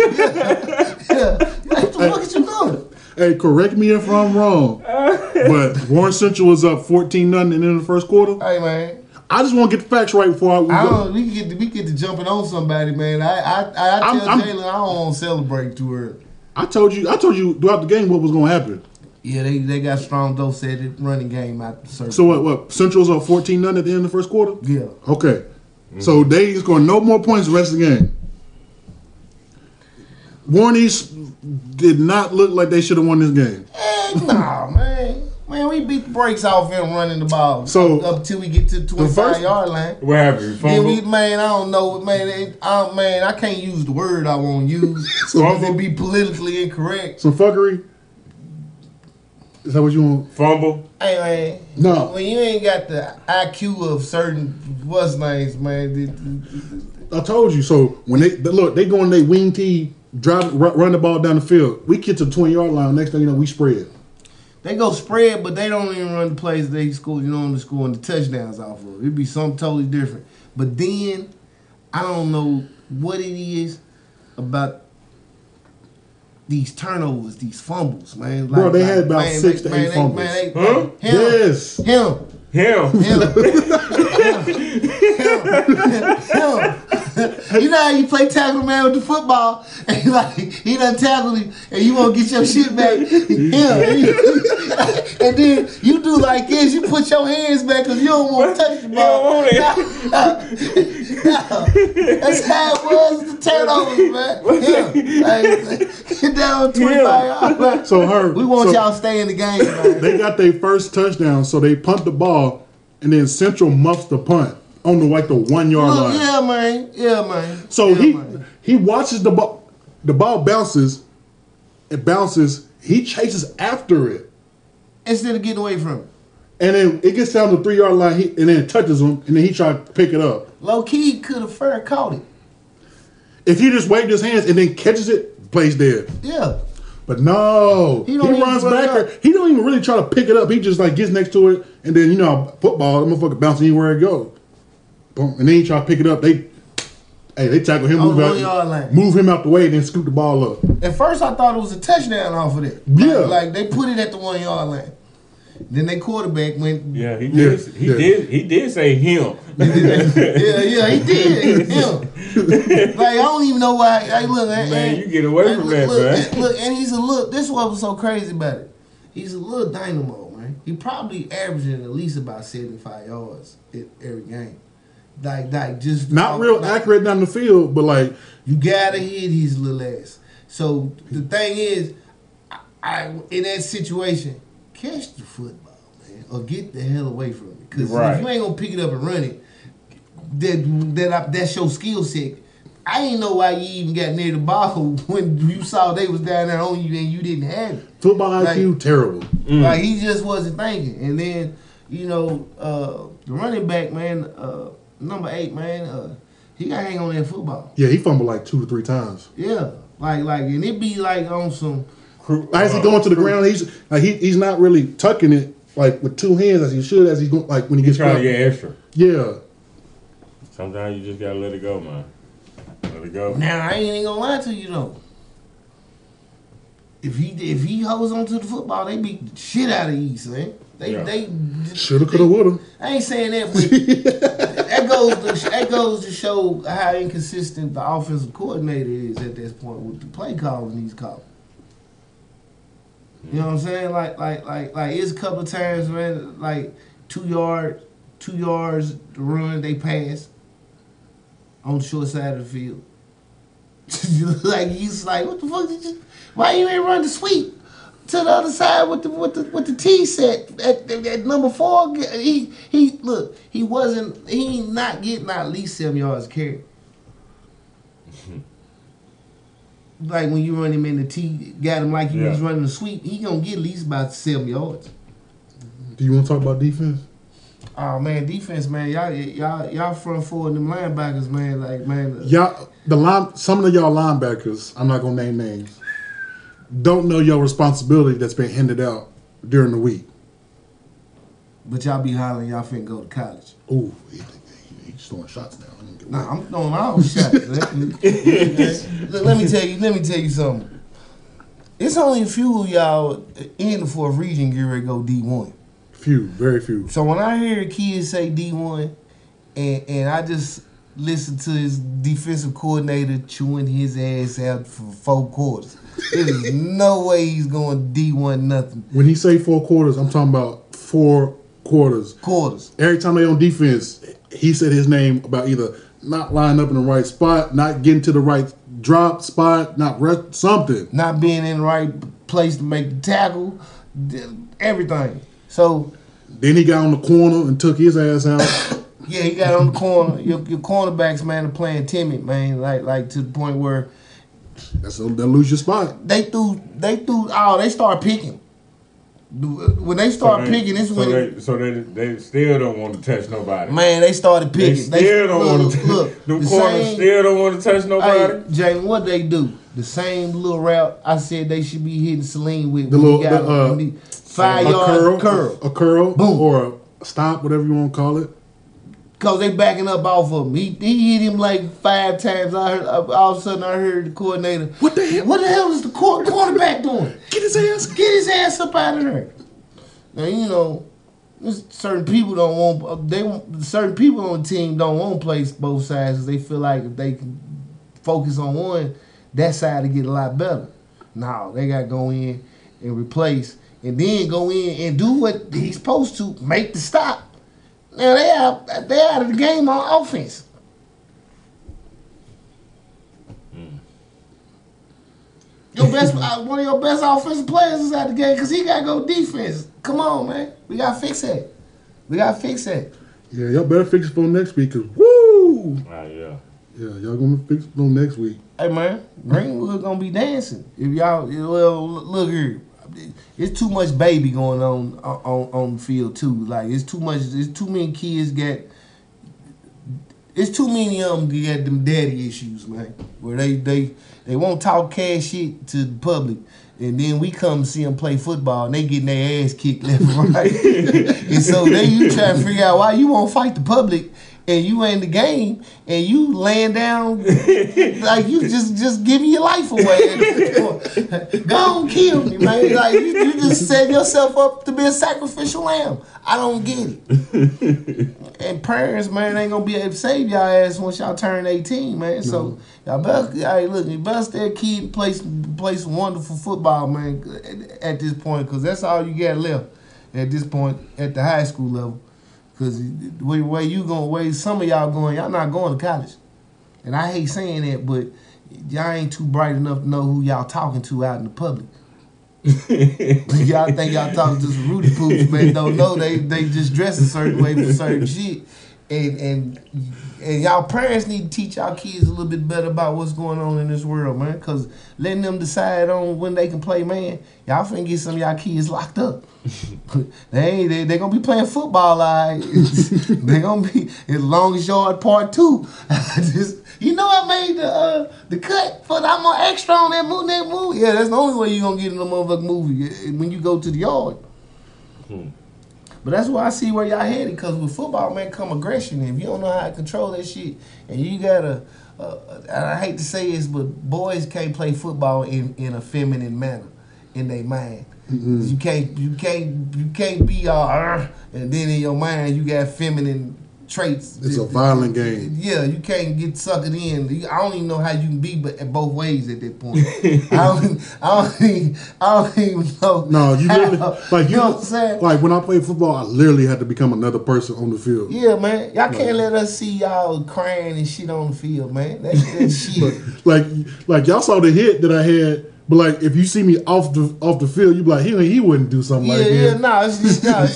Speaker 4: Yeah, yeah. yeah. Like, what the fuck is you doing?
Speaker 2: Hey, correct me if I'm wrong. but Warren Central was up fourteen nothing and in the first quarter.
Speaker 4: Hey man.
Speaker 2: I just want to get the facts right before I. We
Speaker 4: I
Speaker 2: go.
Speaker 4: don't. We can get to, we get to jumping on somebody, man. I I I, I
Speaker 2: I'm-
Speaker 4: tell
Speaker 2: I'm-
Speaker 4: Jalen I don't want to celebrate too early.
Speaker 2: I told you. I told you throughout the game what was gonna happen.
Speaker 4: Yeah, they, they got strong dose at it running game out the circle.
Speaker 2: So what? What Central's up fourteen none at the end of the first quarter.
Speaker 4: yeah,
Speaker 2: Okay, so they ain't scoring no more points the rest of the game. Warren East did not look like they should have won this game.
Speaker 4: heck nah, man. Man, we beat the brakes off him running the ball.
Speaker 2: So,
Speaker 4: up till we get to the twenty
Speaker 2: first-
Speaker 4: five yard line.
Speaker 3: What happened? You
Speaker 4: Then we,
Speaker 3: fumbled?
Speaker 4: man, I don't know, man. It, I, man, I can't use the word I want to use
Speaker 2: So-
Speaker 4: because it be politically incorrect.
Speaker 2: Some fuckery. Is that what you want?
Speaker 3: Fumble.
Speaker 4: Hey, man.
Speaker 2: No.
Speaker 4: When you ain't got the IQ of certain what's names, man. the-
Speaker 2: I told you. So when they but look, they go in they wing tee, drive, ru- run the ball down the field. We get to the twenty yard line. Next thing you know, we spread.
Speaker 4: They go spread, but they don't even run the plays they score. You know, the scoring the touchdowns off of. It'd be something totally different. But then, I don't know what it is about these turnovers, these fumbles, man.
Speaker 2: Bro, they had about
Speaker 4: man,
Speaker 2: six to
Speaker 4: man,
Speaker 2: eight
Speaker 4: they-
Speaker 2: fumbles.
Speaker 4: Man, they,
Speaker 3: Huh?
Speaker 4: Him,
Speaker 2: Yes.
Speaker 4: him,
Speaker 3: Him.
Speaker 4: him, him, him. You know how you play tackle man with the football, and like he done tackled you, and you won't get your shit back. Him, and then you do like this, you put your hands back because you don't want to touch the
Speaker 3: You
Speaker 4: ball.
Speaker 3: don't want it.
Speaker 4: That's how it was with the turnovers, man. Him, like, get down twenty five yards.
Speaker 2: So her.
Speaker 4: We want
Speaker 2: so
Speaker 4: y'all to stay in the game, man.
Speaker 2: They got their first touchdown, so they punt the ball, and then Central muffs the punt on the like the one yard
Speaker 4: Look,
Speaker 2: line.
Speaker 4: yeah, man. Yeah, man.
Speaker 2: So
Speaker 4: yeah,
Speaker 2: he
Speaker 4: man.
Speaker 2: He watches the ball. The ball bounces. It bounces. He chases after it,
Speaker 4: Instead of getting away from it.
Speaker 2: and then it gets down to the three yard line. He and then it touches him, and then he tries to pick it up.
Speaker 4: Low key could have fair caught it.
Speaker 2: If he just waved his hands and then catches it, plays dead.
Speaker 4: Yeah.
Speaker 2: But no,
Speaker 4: He
Speaker 2: he,
Speaker 4: don't even
Speaker 2: runs
Speaker 4: put it
Speaker 2: back.
Speaker 4: up.
Speaker 2: Or, he don't even really try to pick it up. He just like gets next to it, and then you know how football, that motherfucker bounce anywhere it go. Boom. And then he try to pick it up. They, hey, they tackle him,
Speaker 4: On
Speaker 2: move
Speaker 4: the one-yard line.
Speaker 2: out, move him out the way, and then scoop the ball up.
Speaker 4: At first, I thought it was a touchdown off of it.
Speaker 2: Yeah.
Speaker 4: Like, like, they put it at the one yard line. Then they quarterback went.
Speaker 3: Yeah, he did.
Speaker 2: Yeah,
Speaker 3: he
Speaker 2: yeah.
Speaker 3: did. He did say him.
Speaker 4: yeah, yeah, he did. Him. like I don't even know why. Hey, look, man,
Speaker 3: Man, you get away from that,
Speaker 4: look,
Speaker 3: man.
Speaker 4: look, look, and he's a look. This is what was so crazy about it. He's a little dynamo, man. He probably averaging at least about seventy five yards in every game. Like, like just
Speaker 2: Not real
Speaker 4: like,
Speaker 2: accurate down the field, but like
Speaker 4: You gotta hit his little ass. So the thing is, I, I in that situation, catch the football, man, or get the hell away from it. Because
Speaker 3: Right.
Speaker 4: if you ain't gonna pick it up and run it, that that I, that's your skill set. I ain't know why you even got near the ball when you saw they was down there on you and you didn't have it.
Speaker 2: football IQ
Speaker 4: Like-
Speaker 2: terrible.
Speaker 4: Like he just wasn't thinking. And then, you know, uh, the running back man, uh, number eight man, uh, he got to hang on that football.
Speaker 2: Yeah, he fumbled like two to three times.
Speaker 4: Yeah, like like, and it be like on some.
Speaker 3: Cru-
Speaker 2: As he
Speaker 3: uh,
Speaker 2: going to the ground, he's like he, he's not really tucking it like with two hands as he should as he's going like when he gets
Speaker 3: He's trying to
Speaker 2: trying,
Speaker 3: get extra.
Speaker 2: yeah.
Speaker 3: Sometimes you just gotta let it go, man. Let it go.
Speaker 4: Now I ain't even gonna lie to you though. If he if he holds on to the football, they beat the shit out of East man. They
Speaker 3: Yeah.
Speaker 4: they
Speaker 2: Shoulda, coulda, woulda.
Speaker 4: I ain't saying that, but that goes to, that goes to show how inconsistent the offensive coordinator is at this point with the play calling he's calling. You know what I'm saying? Like like like like it's a couple of times, man. Like two yards, two yards run, they pass on the short side of the field. like he's like, what the fuck did you? Why you ain't run the sweep to the other side with the with the with the T set at, at, at number four? He he look, he wasn't he ain't not getting at least seven yards carry. like when you run him in the T, got him like he was
Speaker 3: Yeah.
Speaker 4: running the sweep, he gonna get at least about seven yards.
Speaker 2: Do you want to talk about defense?
Speaker 4: Oh man, defense, man, y'all y'all y'all front four and them linebackers, man, like man, uh,
Speaker 2: Y'all, the line, some of y'all linebackers, I'm not gonna name names, don't know your responsibility that's been handed out during the week.
Speaker 4: but y'all be hollering, y'all finna go to college.
Speaker 2: Ooh, he, he- he's throwing shots now. Let me get
Speaker 4: Nah, I'm throwing all shots. man. Look, let me tell you. Let me tell you something. It's only a few of y'all in the fourth region get ready to go D one.
Speaker 2: Few, very few.
Speaker 4: So when I hear kids say D one, and and I just listen to his defensive coordinator chewing his ass out for four quarters. There's no way he's going D one nothing
Speaker 2: When he say four quarters, I'm talking about four quarters.
Speaker 4: quarters.
Speaker 2: Every time they on defense, he said his name about either not lining up in the right spot, not getting to the right drop spot, not rest, something.
Speaker 4: not being in the right place to make the tackle, d- everything. So
Speaker 2: Then he got on the corner and took his ass out.
Speaker 4: yeah, he got on the corner. Your, your cornerbacks, man, are playing timid, man. Like like to the point where
Speaker 2: That's that lose your spot.
Speaker 4: they threw they threw oh they start picking. When they
Speaker 3: So
Speaker 4: start
Speaker 3: they-
Speaker 4: picking, it's
Speaker 3: so
Speaker 4: when
Speaker 3: they, so they they still don't want to touch nobody.
Speaker 4: man they started
Speaker 3: they
Speaker 4: picking.
Speaker 3: still don't
Speaker 4: look,
Speaker 3: want to.
Speaker 4: look,
Speaker 3: Them
Speaker 4: the
Speaker 3: corners
Speaker 4: same-
Speaker 3: still don't want to touch nobody.
Speaker 4: Hey, Jalen, what they do? The same little route I said they should be hitting Celine with.
Speaker 2: The
Speaker 4: when he
Speaker 2: little-
Speaker 4: got
Speaker 2: the,
Speaker 4: on
Speaker 2: uh,
Speaker 4: the five
Speaker 2: a
Speaker 4: yard
Speaker 2: curl,
Speaker 4: curl.
Speaker 2: a curl,
Speaker 4: Boom.
Speaker 2: or a stop, whatever you want to call it.
Speaker 4: Cause they backing up off of him. He, he hit him like five times. I heard I- all of a sudden I heard the coordinator.
Speaker 2: What the hell?
Speaker 4: What the hell is the cor- quarterback doing?
Speaker 2: Get his ass.
Speaker 4: Get his ass up out of there. Now you know, there's certain people don't want they want- certain people on the team don't want to play both sides. 'cause They feel like if they can focus on one, that side to get a lot better. No, they got to go in and replace, and then go in and do what he's supposed to, make the stop. Now they out they out of the game on offense. Your best uh, one of your best offensive players is out the game because he got to go defense. Come on, man, we got to fix that. We got to fix that.
Speaker 2: Yeah, y'all better fix it for next week, cause woo.
Speaker 3: Ah, yeah.
Speaker 2: Yeah, y'all gonna fix it for next week.
Speaker 4: Hey man, Greenwood gonna be dancing. If y'all well look here, it's too much baby going on on on the field too. Like it's too much. It's too many kids got. It's too many of them got them daddy issues, man. Where they they they won't talk cash shit to the public. And then we come see them play football, and they getting their ass kicked left and right. and so then you try to figure out why you won't fight the public, and you ain't the game, and you laying down like you just just giving your life away. at this point. Go on, kill me, man. Like you, you just set yourself up to be a sacrificial lamb. I don't get it. and parents, man, ain't gonna be able to save y'all ass once y'all turn eighteen, man. So y'all best, hey, look, you best their kid play some, play some wonderful football, man. At, at this point, because that's all you got left at this point at the high school level. Because the way- way you going, way some of y'all going, y'all not going to college. And I hate saying that, but y'all ain't too bright enough to know who y'all talking to out in the public. y'all think y'all talking to some Rudy poops, man. Don't know they they just dress a certain way for certain shit. And and and y'all parents need to teach y'all kids a little bit better about what's going on in this world, man. Cause letting them decide on when they can play, man, y'all finna get some of y'all kids locked up. they ain't they, they gonna be playing football, like they gonna be in long yard part two. I just you know I made the uh, the cut for the, I'm on extra on that movie. That movie, yeah, that's the only way you gonna get in the motherfucking movie eh, when you go to the yard. But that's why I see where y'all headed. Cause with football, man, come aggression. If you don't know how to control that shit, and you gotta, uh, and I hate to say this, but boys can't play football in, in a feminine manner, in their mind. You can't, you can't, you can't be all, "Arr," and then in your mind you got feminine traits.
Speaker 2: It's a violent game.
Speaker 4: Yeah, you can't get suckered in. You- I don't even know how you can be, but both ways at that point. I don't, I don't, even, I don't even know.
Speaker 2: No, you
Speaker 4: how.
Speaker 2: literally, like you,
Speaker 4: know what I'm saying?
Speaker 2: Like when I played football, I literally had to become another person on the field.
Speaker 4: Yeah, man. Y'all can't let us see y'all crying and shit on the field, man. That, that shit.
Speaker 2: Like like y'all saw the hit that I had, but like if you see me off the off the field, you be like he he wouldn't do something
Speaker 4: yeah,
Speaker 2: like
Speaker 4: yeah,
Speaker 2: that.
Speaker 4: nah, it's, it's, nah, it's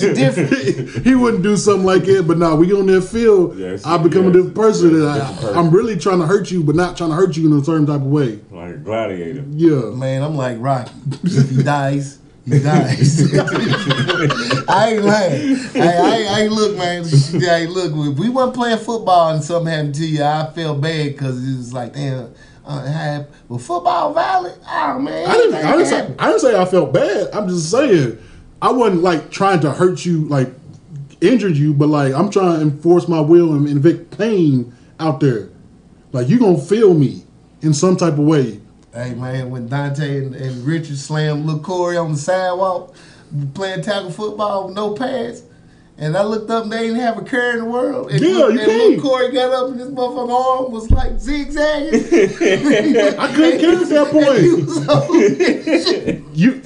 Speaker 4: different.
Speaker 2: he wouldn't do something like that, but now we on that field.
Speaker 3: Yes,
Speaker 2: I become
Speaker 3: yes,
Speaker 2: a different person,
Speaker 3: yes,
Speaker 2: and I,
Speaker 3: different person.
Speaker 2: I'm really trying to hurt you, but not trying to hurt you in a certain type of way.
Speaker 3: Like a gladiator.
Speaker 2: Yeah,
Speaker 4: Man, I'm like Rocky. If he dies, he dies. I ain't lying. I, I, I ain't look, man. Hey, look. If we weren't playing football and something happened to you, I felt bad because it was like, damn. Uh, have, well, football violent? Oh man,
Speaker 2: I didn't. I didn't,
Speaker 4: anything
Speaker 2: say,
Speaker 4: happen.
Speaker 2: I didn't say I felt bad. I'm just saying I wasn't like trying to hurt you, like injured you, but like I'm trying to enforce my will and evict pain out there. Like you gonna feel me in some type of way.
Speaker 4: Hey man, when Dante and, and Richard slammed Lil Corey on the sidewalk playing tackle football with no pads, and I looked up and they didn't have a care in the world. And,
Speaker 2: Yeah,
Speaker 4: Lil-
Speaker 2: you
Speaker 4: and Lil
Speaker 2: can't.
Speaker 4: Corey got up and his motherfucking arm was like zigzagging.
Speaker 2: I couldn't care at that
Speaker 4: He
Speaker 2: point.
Speaker 4: was so-
Speaker 2: You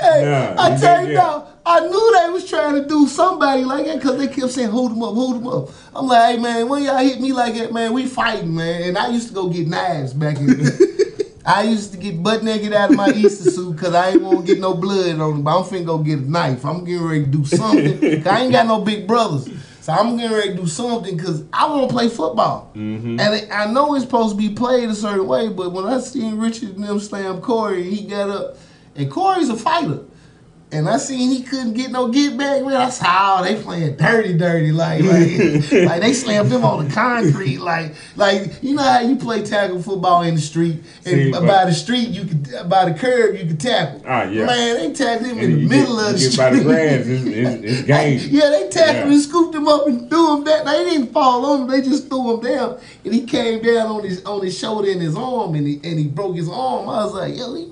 Speaker 4: Hey,
Speaker 3: Nah,
Speaker 4: I
Speaker 3: you
Speaker 4: tell
Speaker 3: can't get-
Speaker 4: you now, I knew they was trying to do somebody like that because they kept saying, hold them up, hold them up. I'm like, hey, man, when y'all hit me like that, man, we fighting, man. And I used to go get knives back in I used to get butt naked out of my Easter suit because I ain't want to get no blood on me. But I'm finna go get a knife. I'm getting ready to do something. 'Cause I ain't got no big brothers. So I'm getting ready to do something because I want to play football. And I I know it's supposed to be played a certain way, but when I seen Richard and them slam Corey, he got up. And Corey's a fighter. And I seen he couldn't get no get back, man. I said, oh, they playing dirty, dirty, like, like, like they slammed him on the concrete, like, like you know how you play tackle football in the street, and
Speaker 3: See,
Speaker 4: by,
Speaker 3: but-
Speaker 4: the street you could, by the curb you could tackle.
Speaker 3: Ah, yeah.
Speaker 4: Man, they tackled him
Speaker 3: And
Speaker 4: in the
Speaker 3: you
Speaker 4: middle
Speaker 3: get,
Speaker 4: of the
Speaker 3: you get
Speaker 4: street.
Speaker 3: by the grass, it's, it's, it's game.
Speaker 4: Yeah, they tackled him
Speaker 3: Yeah.
Speaker 4: and scooped him up and threw him down. They didn't fall on him; they just threw him down, and he came down on his on his shoulder and his arm, and he and he broke his arm. I was like, yo, he,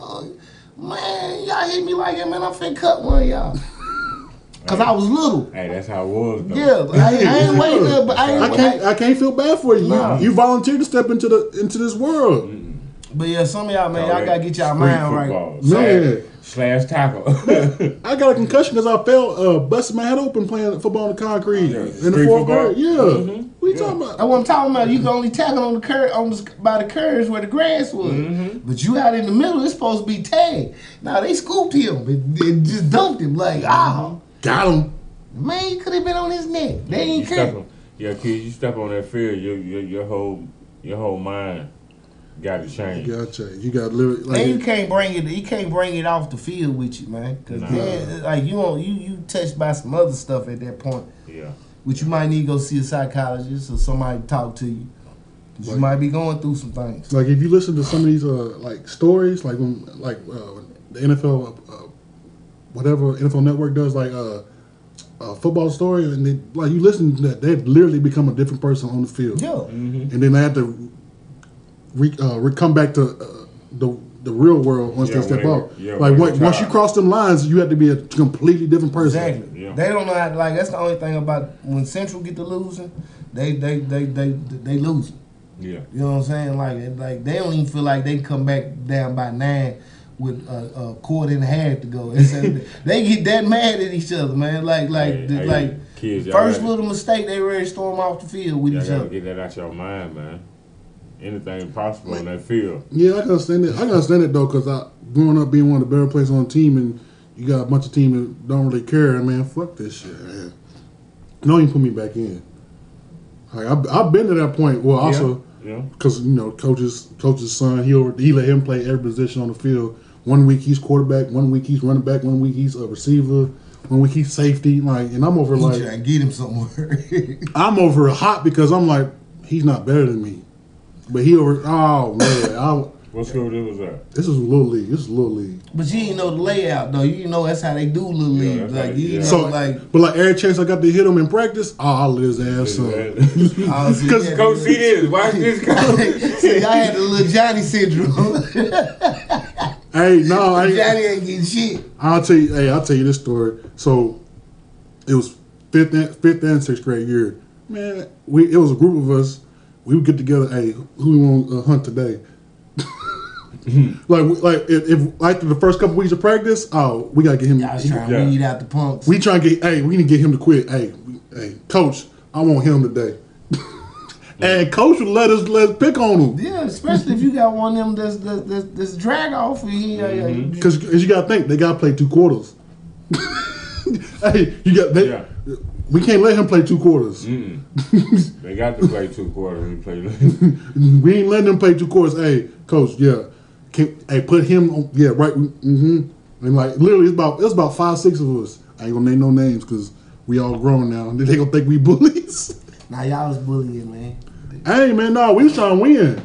Speaker 4: man, y'all hit me like that, man. I'm finna cut one of y'all, cause I was little.
Speaker 3: Hey, that's how it was. Though.
Speaker 4: Yeah, but I, I ain't waiting up, but I ain't.
Speaker 2: I can't I can't feel bad for you.
Speaker 4: Nah.
Speaker 2: You, you volunteered to step into the into this world.
Speaker 4: But yeah, some of y'all, man,
Speaker 3: Call
Speaker 4: y'all
Speaker 3: that
Speaker 4: gotta get y'all
Speaker 3: street
Speaker 4: mind right.
Speaker 3: football.
Speaker 2: Man.
Speaker 3: Slash, slash tackle.
Speaker 2: I got a concussion because I fell, uh, busted my head open playing football on the concrete
Speaker 3: Yeah,
Speaker 2: in the
Speaker 3: street
Speaker 2: fourth
Speaker 3: football.
Speaker 2: grade. Mm-hmm. Yeah,
Speaker 3: Mhm.
Speaker 2: what you
Speaker 3: Yeah.
Speaker 2: talking
Speaker 4: That's
Speaker 2: about?
Speaker 4: what I'm talking about. You can only tackle on the curb, on the, by the curves where the grass was. But you out in the middle, it's supposed to be tagged. Now they scooped him and, and just dumped him like, ah,
Speaker 2: Got him.
Speaker 4: man, he could have been on his neck. They
Speaker 3: you
Speaker 4: ain't
Speaker 3: step
Speaker 4: care.
Speaker 3: on, yeah, kid, you step on that field, your, your, your whole your whole mind got to change.
Speaker 2: You gotta change. You gotta live like
Speaker 4: and you can't bring it. You can't bring it off the field with you, man. Cause
Speaker 3: Nah.
Speaker 4: then, like you on you you touched by some other stuff at that point,
Speaker 3: Yeah.
Speaker 4: which you might need to go see a psychologist or somebody to talk to you. 'Cause you
Speaker 2: Right.
Speaker 4: might be going through some things.
Speaker 2: like if you listen to some of these uh like stories like when like uh, when the NFL uh, whatever NFL Network does like uh a football story and they, like you listen to that they literally become a different person on the field
Speaker 4: Yeah.
Speaker 2: and then they have to re, uh, re- come back to uh, the the real world once
Speaker 3: Yeah,
Speaker 2: they step
Speaker 3: when they-
Speaker 2: out.
Speaker 3: yeah,
Speaker 2: like
Speaker 3: when
Speaker 2: once,
Speaker 3: they
Speaker 2: once you
Speaker 3: try.
Speaker 2: cross them lines, you have to be a completely different person.
Speaker 4: Exactly.
Speaker 3: Yeah.
Speaker 4: They don't know how. Like that's the only thing about when Central get to losing, they they they they they lose.
Speaker 3: Yeah.
Speaker 4: You know what I'm saying? Like it- like they don't even feel like they come back down by nine with a, a quarter and a half to go. It's a- they get that mad at each other, man. Like like
Speaker 3: Hey,
Speaker 4: the-
Speaker 3: hey,
Speaker 4: like
Speaker 3: kids, y'all
Speaker 4: first
Speaker 3: gotta-
Speaker 4: little mistake, they ready to storm off the field with
Speaker 3: Y'all
Speaker 4: each
Speaker 3: gotta
Speaker 4: other.
Speaker 3: get that out your mind, man. Anything possible on that field.
Speaker 2: Yeah, I can understand it. I can understand it though, cause I growing up being one of the better players on the team, and you got a bunch of teams that don't really care. Man, fuck this shit. Man. Don't even put me back in. Like I've, I've been to that point. Well, also.
Speaker 3: Yeah.
Speaker 2: because you know coach's coach's son he over he let him play every position on the field. One week he's quarterback, one week he's running back, one week he's a receiver, one week he's safety. Like, and I'm over
Speaker 4: He
Speaker 2: like
Speaker 4: trying to get him somewhere.
Speaker 2: I'm over hot because I'm like he's not better than me, but he over oh man, I,
Speaker 3: What school this was at?
Speaker 2: this is little league, this is little league.
Speaker 4: but you didn't know the layout though. You didn't know that's how they do little
Speaker 3: Yeah, that's
Speaker 4: leagues.
Speaker 3: how
Speaker 4: Like
Speaker 3: they-
Speaker 4: you
Speaker 3: yeah.
Speaker 4: didn't
Speaker 2: So
Speaker 4: know like.
Speaker 2: but like every chance I got to hit him in practice, oh, I lit his ass up.
Speaker 4: I was-
Speaker 2: Cause
Speaker 4: yeah.
Speaker 3: Go see this. Watch this. Go.
Speaker 4: so y'all had the little Johnny syndrome.
Speaker 2: Hey, no, I
Speaker 4: Johnny
Speaker 2: ain't,
Speaker 4: ain't getting shit.
Speaker 2: I'll tell you. Hey, I'll tell you this story. So, it was fifth and fifth and sixth grade year. Man, we it was a group of us. We would get together. Hey, who we want to hunt today? like, we- like if, if like the first couple weeks of practice, oh, we gotta get him.
Speaker 4: I was trying to
Speaker 3: Yeah.
Speaker 4: weed out the punks.
Speaker 2: We trying to get. Hey, we need to get him to quit. Hey, we, hey, coach, I want him today. and coach would let us let us pick on him.
Speaker 4: yeah, especially if you got one of them that's that's, that's, that's drag off. And he, uh,
Speaker 2: Because you got to think, they got to play two quarters. hey, you got they,
Speaker 3: Yeah.
Speaker 2: We can't let him play two quarters.
Speaker 3: They got to play two quarters. We played.
Speaker 2: We ain't letting him play two quarters. Hey, coach, yeah, can, hey, put him on. Yeah, right. Mm-hmm. And like literally, it's about it's about five, six of us. I ain't gonna name no names because we all grown now. and They gonna think we bullies.
Speaker 4: now y'all was bullying, man.
Speaker 2: hey man, no, we was trying to win.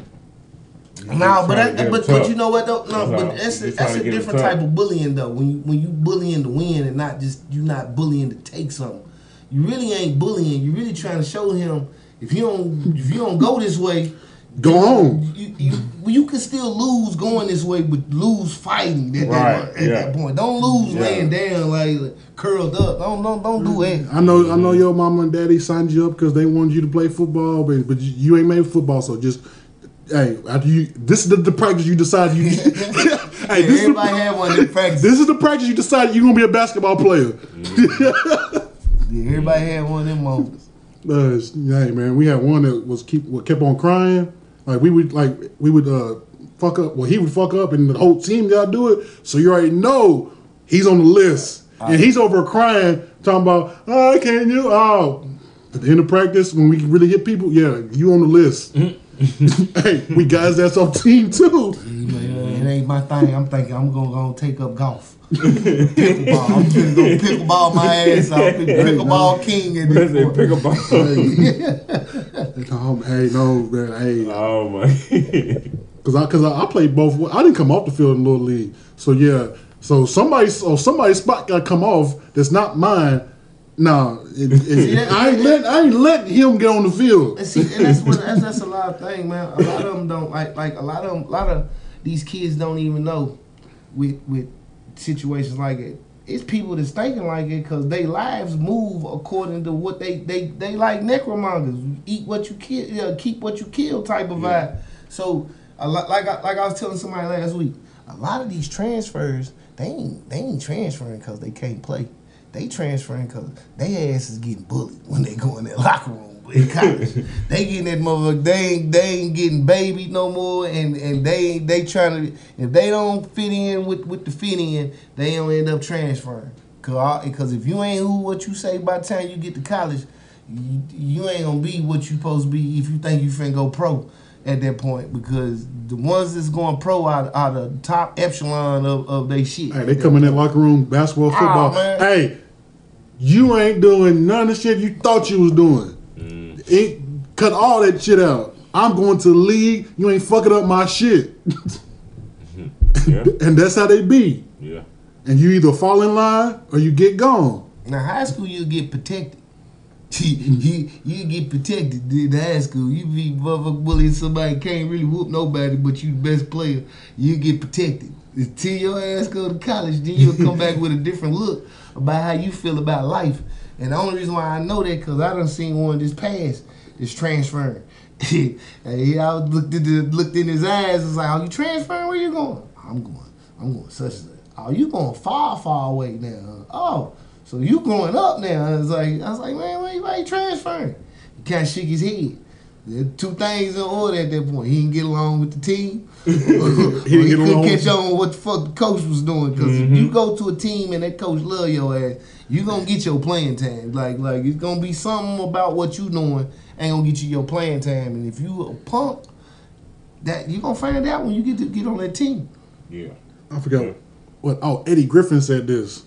Speaker 4: No, but
Speaker 3: trying
Speaker 4: that,
Speaker 3: to get
Speaker 4: but,
Speaker 3: them
Speaker 4: but
Speaker 3: tough.
Speaker 4: you know what though? No,
Speaker 3: That's
Speaker 4: but
Speaker 3: all.
Speaker 4: that's a,
Speaker 3: Just
Speaker 4: that's
Speaker 3: trying
Speaker 4: a
Speaker 3: to get them
Speaker 4: different
Speaker 3: tough.
Speaker 4: type of bullying though. When you when you bullying to win and not just you not bullying to take something. You really ain't bullying. You really trying to show him if you don't if you don't go this way,
Speaker 2: Go home.
Speaker 4: you you, well, you can still lose going this way, but lose fighting at,
Speaker 3: Right,
Speaker 4: that, at
Speaker 3: yeah.
Speaker 4: that point. Don't lose
Speaker 3: Yeah.
Speaker 4: laying down like curled up. Don't don't don't do that.
Speaker 2: I know, I know your mama and daddy signed you up because they wanted you to play football, but, but you, you ain't made football, so just hey, after you, this is the, the practice you decide you. hey, this is, the,
Speaker 4: Everybody had one in practice.
Speaker 2: this is the practice you decide you're gonna be a basketball player.
Speaker 4: Yeah, everybody had one of them moments.
Speaker 2: Uh, it's- hey man, we had one that was keep what kept on crying. Like we would like we would uh fuck up. Well, he would fuck up, and the whole team gotta do it. So you already know he's on the list, and he's over crying, talking about I can't you oh. At the end of practice, when we really hit people, yeah, you on the list. hey, we guys, that's our team too.
Speaker 4: You know, It ain't my thing. I'm thinking I'm gonna go take up golf. pickleball. I'm just gonna pickleball my ass off. Pickleball king at this
Speaker 3: Listen,
Speaker 4: point.
Speaker 3: pick a ball.
Speaker 2: Um, hey, no, man, hey,
Speaker 3: Oh my.
Speaker 2: Cause I, cause I, I played both. wa- I didn't come off the field in little league, so yeah. So somebody, so somebody's spot got to come off. That's not mine. Nah, it, it-
Speaker 4: that-
Speaker 2: I ain't let I ain't let him get on the field.
Speaker 4: And see, and that's what that's, that's a lot of thing, man. A lot of them don't like like a lot of them, a lot of these kids don't even know with with situations like it. It's people that's thinking like it because they lives move according to what they they they like necromongers. Eat what you kill, uh, keep what you kill type of vibe. So a lot like I, like I was telling somebody last week, a lot of these transfers they ain't they ain't transferring because they can't play. They transferring because they ass is getting bullied when they go in that locker room in college. they getting that motherfucker. They ain't they ain't getting babied no more, and and they they trying to if they don't fit in with with the fit in, they don't end up transferring. Cause because if you ain't who what you say by the time you get to college, you, you ain't gonna be what you supposed to be if you think you finna go pro. at that point because the ones that's going pro are, are the top echelon of, of their shit.
Speaker 2: Hey, they come in that locker room, basketball, football.
Speaker 4: man.
Speaker 2: hey, you ain't doing none of the shit you thought you was doing. It cut all that shit out. I'm going to the league. You ain't fucking up my shit,
Speaker 3: Yeah,
Speaker 2: and that's how they be.
Speaker 3: yeah.
Speaker 2: And you either fall in line or you get gone.
Speaker 4: Now, high school, you get protected. you, you get protected in high school. You be motherfucking bullying somebody, can't really whoop nobody, but you the best player. You get protected. Until your ass go to college, then you'll come back with a different look about how you feel about life. And the only reason why I know that, because I done seen one this past that's transferring. and he, I looked, at the, looked in his eyes, was like, are you transferring? Where you going? I'm going. I'm going such and such. Oh, you going far, far away now. huh? Oh, so you going up now. I was like, I was like, man, why you, why you transferring? He kind of shook his head. There are two things in order at that point. He didn't get along with the team. he didn't
Speaker 2: He didn't get along
Speaker 4: couldn't
Speaker 2: with
Speaker 4: catch
Speaker 2: the-
Speaker 4: on what the fuck the coach was doing. Because if you go to a team and that coach love your ass, you going to get your playing time. Like, like it's going to be something about what you doing ain't going to get you your playing time. And if you a punk, that you going to find out when you get to get on that team.
Speaker 3: Yeah.
Speaker 2: I forgot what. Oh, Eddie Griffin said this.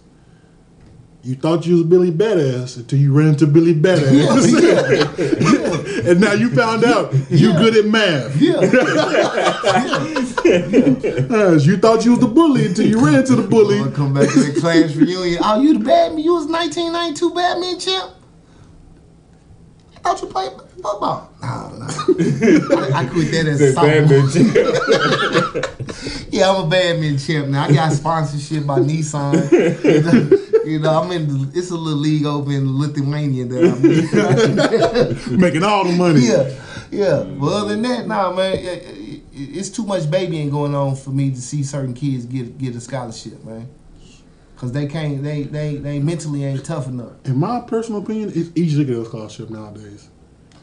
Speaker 2: You thought you was Billy Badass until you ran into Billy Badass, and now you found out you good at math.
Speaker 4: Yeah.
Speaker 2: Yes, You thought you was the bully until you ran into the bully.
Speaker 4: I'ma come back to the class reunion. Oh, you the Batman? You was 1992 Batman champ? I thought you played football. Nah, nah. I, I quit that as a
Speaker 3: Say bad
Speaker 4: sophomore.
Speaker 3: bitch.
Speaker 4: Yeah, I'm a Batman champ now. I got sponsorship by Nissan. you know, I'm in. The, it's a little league over in Lithuania that I'm in.
Speaker 2: making all the money.
Speaker 4: yeah, yeah. But other than that, nah, man. it- it- it's too much babying going on for me to see certain kids get get a scholarship, man. Cause they can't, they they they mentally ain't tough enough.
Speaker 2: In my personal opinion, it's easy to get a scholarship nowadays.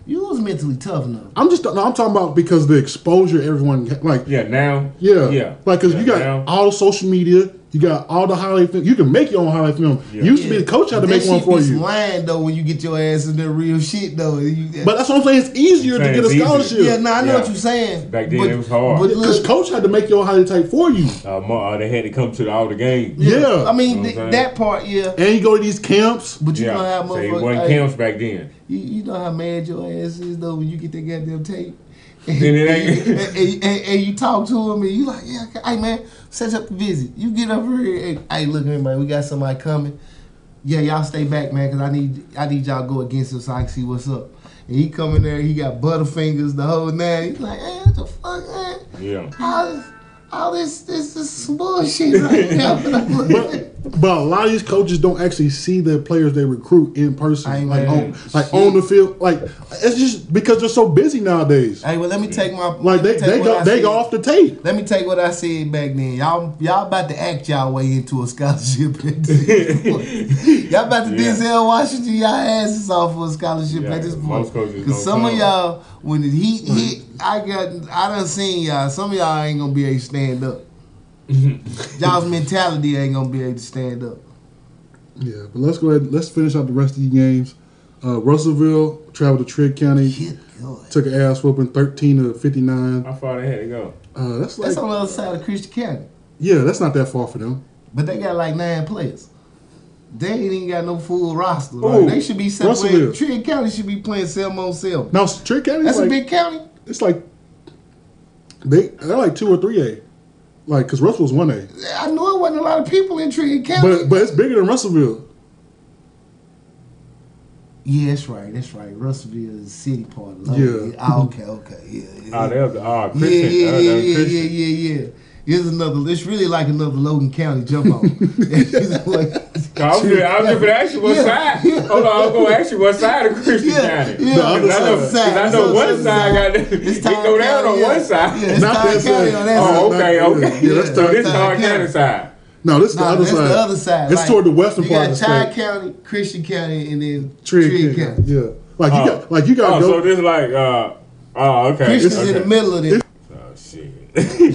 Speaker 4: You was mentally tough enough.
Speaker 2: I'm just no, I'm talking about because the exposure everyone ha- like yeah,
Speaker 3: Yeah, now. Yeah.
Speaker 2: like because
Speaker 3: Yeah,
Speaker 2: you got
Speaker 3: now.
Speaker 2: all social media, you got all the highlight film. You can make your own highlight film.
Speaker 3: Yeah.
Speaker 2: Used to be the coach had to
Speaker 4: That
Speaker 2: make one
Speaker 4: shit
Speaker 2: for
Speaker 4: be
Speaker 2: you,
Speaker 4: lying though when you get your ass in the real shit though. You-
Speaker 2: but that's what I'm saying. It's easier
Speaker 3: Saying
Speaker 2: to
Speaker 3: it's
Speaker 2: get a
Speaker 3: easier.
Speaker 2: scholarship.
Speaker 4: yeah, no, I know
Speaker 3: Yeah.
Speaker 4: what you're saying.
Speaker 3: Back then,
Speaker 4: but,
Speaker 3: it was hard.
Speaker 4: But
Speaker 2: Because
Speaker 4: look,
Speaker 2: coach had to make your highlight tape for you.
Speaker 3: Uh, mo- uh, they had to come to the, all the games.
Speaker 2: Yeah.
Speaker 4: I
Speaker 3: You know
Speaker 4: mean
Speaker 3: what I'm
Speaker 4: th-
Speaker 3: saying?
Speaker 4: that part, yeah.
Speaker 2: and you go to these camps.
Speaker 4: But you know how
Speaker 3: Yeah. So it
Speaker 4: motherfuckers,
Speaker 3: wasn't
Speaker 4: hey,
Speaker 3: camps back then.
Speaker 4: you, you know how mad your ass is though when you get that goddamn tape.
Speaker 3: Then it ain't-
Speaker 4: and, and- and- and you talk to him and you like, yeah, okay, hey man, set up the visit. You get over here and hey, look, everybody, we got somebody coming. Yeah, y'all stay back, man, cause I need I need y'all go against him so I can see what's up. And he come in there, he got butterfingers, the whole nine. He's like, eh, what the fuck, man?
Speaker 3: Yeah.
Speaker 4: All this, all this, this is bullshit right now.
Speaker 2: But a lot of these coaches don't actually see the players they recruit in person,
Speaker 4: I ain't
Speaker 2: like
Speaker 4: mad.
Speaker 2: on, like on the field. Like it's just because they're so busy nowadays.
Speaker 4: hey, well, let me take my
Speaker 2: Like
Speaker 4: let me
Speaker 2: they
Speaker 4: take
Speaker 2: they
Speaker 4: what
Speaker 2: go
Speaker 4: I
Speaker 2: they
Speaker 4: said.
Speaker 2: go off the tape.
Speaker 4: Let me take what I said back then. Y'all, y'all about to act y'all way into a scholarship. at this point. y'all about to
Speaker 3: Yeah.
Speaker 4: Denzel Washington y'all asses off for a scholarship
Speaker 3: Yeah,
Speaker 4: at this point.
Speaker 3: most coaches don't
Speaker 4: Cause some of
Speaker 3: come.
Speaker 4: y'all, when the heat
Speaker 2: Mm-hmm.
Speaker 4: hit, I got, I done seen y'all. Some of y'all ain't gonna be able to stand up. Y'all's mentality ain't gonna be able to stand up.
Speaker 2: Yeah, but let's go ahead. Let's finish out the rest of the games. Uh, Russellville traveled to Trigg County,
Speaker 4: Good God.
Speaker 2: took an ass whooping thirteen to fifty nine.
Speaker 3: How far they had to go?
Speaker 2: Uh, that's like
Speaker 4: That's on the other side of Christian County,
Speaker 2: yeah, that's not that far for them.
Speaker 4: but they got like nine players. They ain't even got no full roster.
Speaker 2: Ooh,
Speaker 4: they should be
Speaker 2: Russellville.
Speaker 4: separated. Trigg County should be playing cell on cell.
Speaker 2: Now Trigg County,
Speaker 4: That's
Speaker 2: like,
Speaker 4: a big county.
Speaker 2: It's like they they're like two or three A, like because Russell's one A,
Speaker 4: I knew it wasn't a lot of people in Trigg County.
Speaker 2: but but it's bigger than Russellville.
Speaker 4: yeah, that's right. That's right. Russellville is a city part. Of
Speaker 2: Yeah.
Speaker 4: London. Ah, okay. Okay. Yeah.
Speaker 3: Oh,
Speaker 4: Yeah.
Speaker 3: they up to oh,
Speaker 4: Yeah.
Speaker 3: Christian.
Speaker 4: Yeah. Yeah.
Speaker 3: Oh,
Speaker 4: Yeah.
Speaker 3: they
Speaker 4: Yeah.
Speaker 3: Christian.
Speaker 4: Yeah. yeah, yeah. It's another. It's really like another Logan County jump on. It's like-
Speaker 3: I was just, I was just gonna ask you what
Speaker 4: Yeah.
Speaker 3: side. Hold on, I was gonna ask you what side of Christian
Speaker 4: Yeah,
Speaker 3: County.
Speaker 4: yeah.
Speaker 2: The other
Speaker 3: Because I
Speaker 2: side.
Speaker 3: know, 'cause I know
Speaker 4: It's
Speaker 3: one
Speaker 4: other
Speaker 3: side
Speaker 4: side.
Speaker 3: got it
Speaker 4: Todd
Speaker 3: go down on
Speaker 4: County, yeah.
Speaker 3: one side.
Speaker 4: Yeah, it's
Speaker 2: Not
Speaker 4: Todd
Speaker 2: that
Speaker 4: County
Speaker 2: side.
Speaker 4: on that
Speaker 3: Oh,
Speaker 4: side.
Speaker 3: okay,
Speaker 2: Not- yeah,
Speaker 3: okay.
Speaker 2: yeah, that's
Speaker 3: so
Speaker 4: Todd
Speaker 3: this is
Speaker 4: County.
Speaker 3: Todd County side.
Speaker 2: No, this is the
Speaker 4: Nah,
Speaker 2: other
Speaker 4: that's
Speaker 2: side.
Speaker 4: the other side.
Speaker 2: It's
Speaker 4: Like,
Speaker 2: toward the western
Speaker 4: you
Speaker 2: part
Speaker 4: got
Speaker 2: of the
Speaker 4: Todd
Speaker 2: state.
Speaker 4: County, Christian County, and then
Speaker 2: Trigg
Speaker 4: Trigg, County.
Speaker 2: County. Yeah, like you got like you got
Speaker 3: Oh,
Speaker 2: to
Speaker 3: so
Speaker 2: go.
Speaker 3: this like uh oh okay.
Speaker 4: Christian's
Speaker 3: okay.
Speaker 4: in the middle of this,
Speaker 3: Oh shit.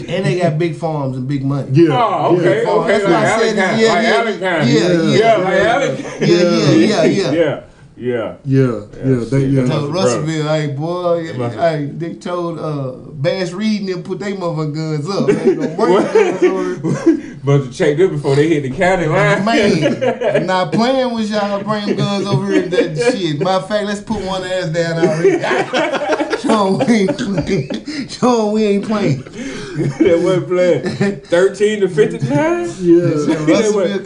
Speaker 4: and they got big farms and big money.
Speaker 2: yeah.
Speaker 3: Oh, okay,
Speaker 2: Yeah.
Speaker 4: Oh,
Speaker 3: okay,
Speaker 4: that's
Speaker 3: like
Speaker 4: why I said
Speaker 3: Allen
Speaker 4: that.
Speaker 3: County,
Speaker 4: Yeah,
Speaker 3: like
Speaker 4: yeah,
Speaker 3: Allen County.
Speaker 4: yeah,
Speaker 3: yeah,
Speaker 4: Oh, yeah,
Speaker 3: like Allen.
Speaker 4: Yeah, yeah, yeah,
Speaker 3: yeah.
Speaker 4: yeah.
Speaker 3: Yeah.
Speaker 2: Yeah, yeah,
Speaker 3: Yeah,
Speaker 2: they,
Speaker 3: shit,
Speaker 2: yeah.
Speaker 3: that's-
Speaker 4: Told Russellville, hey boy,
Speaker 3: Right.
Speaker 4: hey, they told uh Bass Reed and them put their motherfucking guns up. They ain't gonna break guns on us.
Speaker 3: But to check this before they hit the county line.
Speaker 4: Man, I'm not playing with y'all bring guns over here and that shit. Matter of fact, let's put one ass down already. Sean, we ain't playing. Sean, we ain't playing.
Speaker 3: that wasn't playing. 13 to 59?
Speaker 2: Yeah.
Speaker 4: When Russellville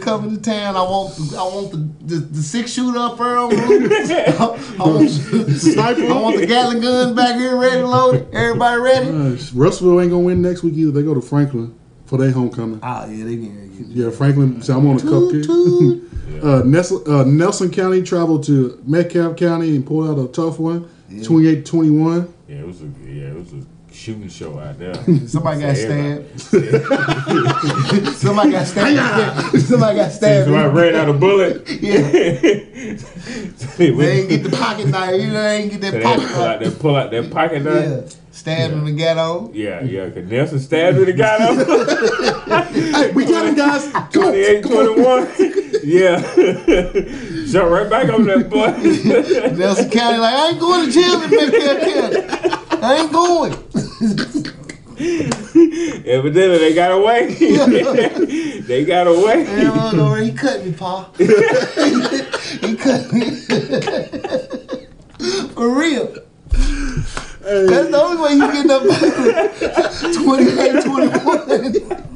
Speaker 4: coming to town. I want the, I want the, the, the six shooter up there on the roof. I, I want,
Speaker 2: Sniper.
Speaker 4: I want the Gatling gun back here ready to load. Everybody ready? Oh,
Speaker 2: Gosh, Russellville ain't gonna win next week either. They go to Franklin for their homecoming.
Speaker 4: Ah, yeah, they getting get
Speaker 2: Yeah, Franklin. So I'm on a
Speaker 4: Toot,
Speaker 2: cupcake. uh, Nelson, uh, Nelson County traveled to Metcalf County and pulled out a tough one, 28-21.
Speaker 3: Yeah, it was a yeah, it was a shooting show out there.
Speaker 4: Somebody got
Speaker 3: It's everybody.
Speaker 4: stabbed. Somebody got stabbed. Somebody
Speaker 3: So I
Speaker 4: got stabbed.
Speaker 3: ran out of bullet.
Speaker 4: Yeah.
Speaker 3: So they
Speaker 4: They
Speaker 3: went-
Speaker 4: ain't get the pocket knife. You know, they ain't get
Speaker 3: so
Speaker 4: that
Speaker 3: they had to
Speaker 4: pocket
Speaker 3: pull out
Speaker 4: knife.
Speaker 3: that pull out that pocket knife.
Speaker 4: Yeah. Stabbed him and got on.
Speaker 3: Yeah, yeah, because Nelson stabbed me the guy up
Speaker 2: Hey, we got it, guys. Come on.
Speaker 3: 28 21. Yeah. Jump right back on that boy.
Speaker 4: Nelson County, like, I ain't going to jail in Metcalf County. I ain't going.
Speaker 3: Evidently, they got away. they got away.
Speaker 4: Man, I don't know where he cut me, Pa. he cut me. For real. That's the only way you get up 28 21.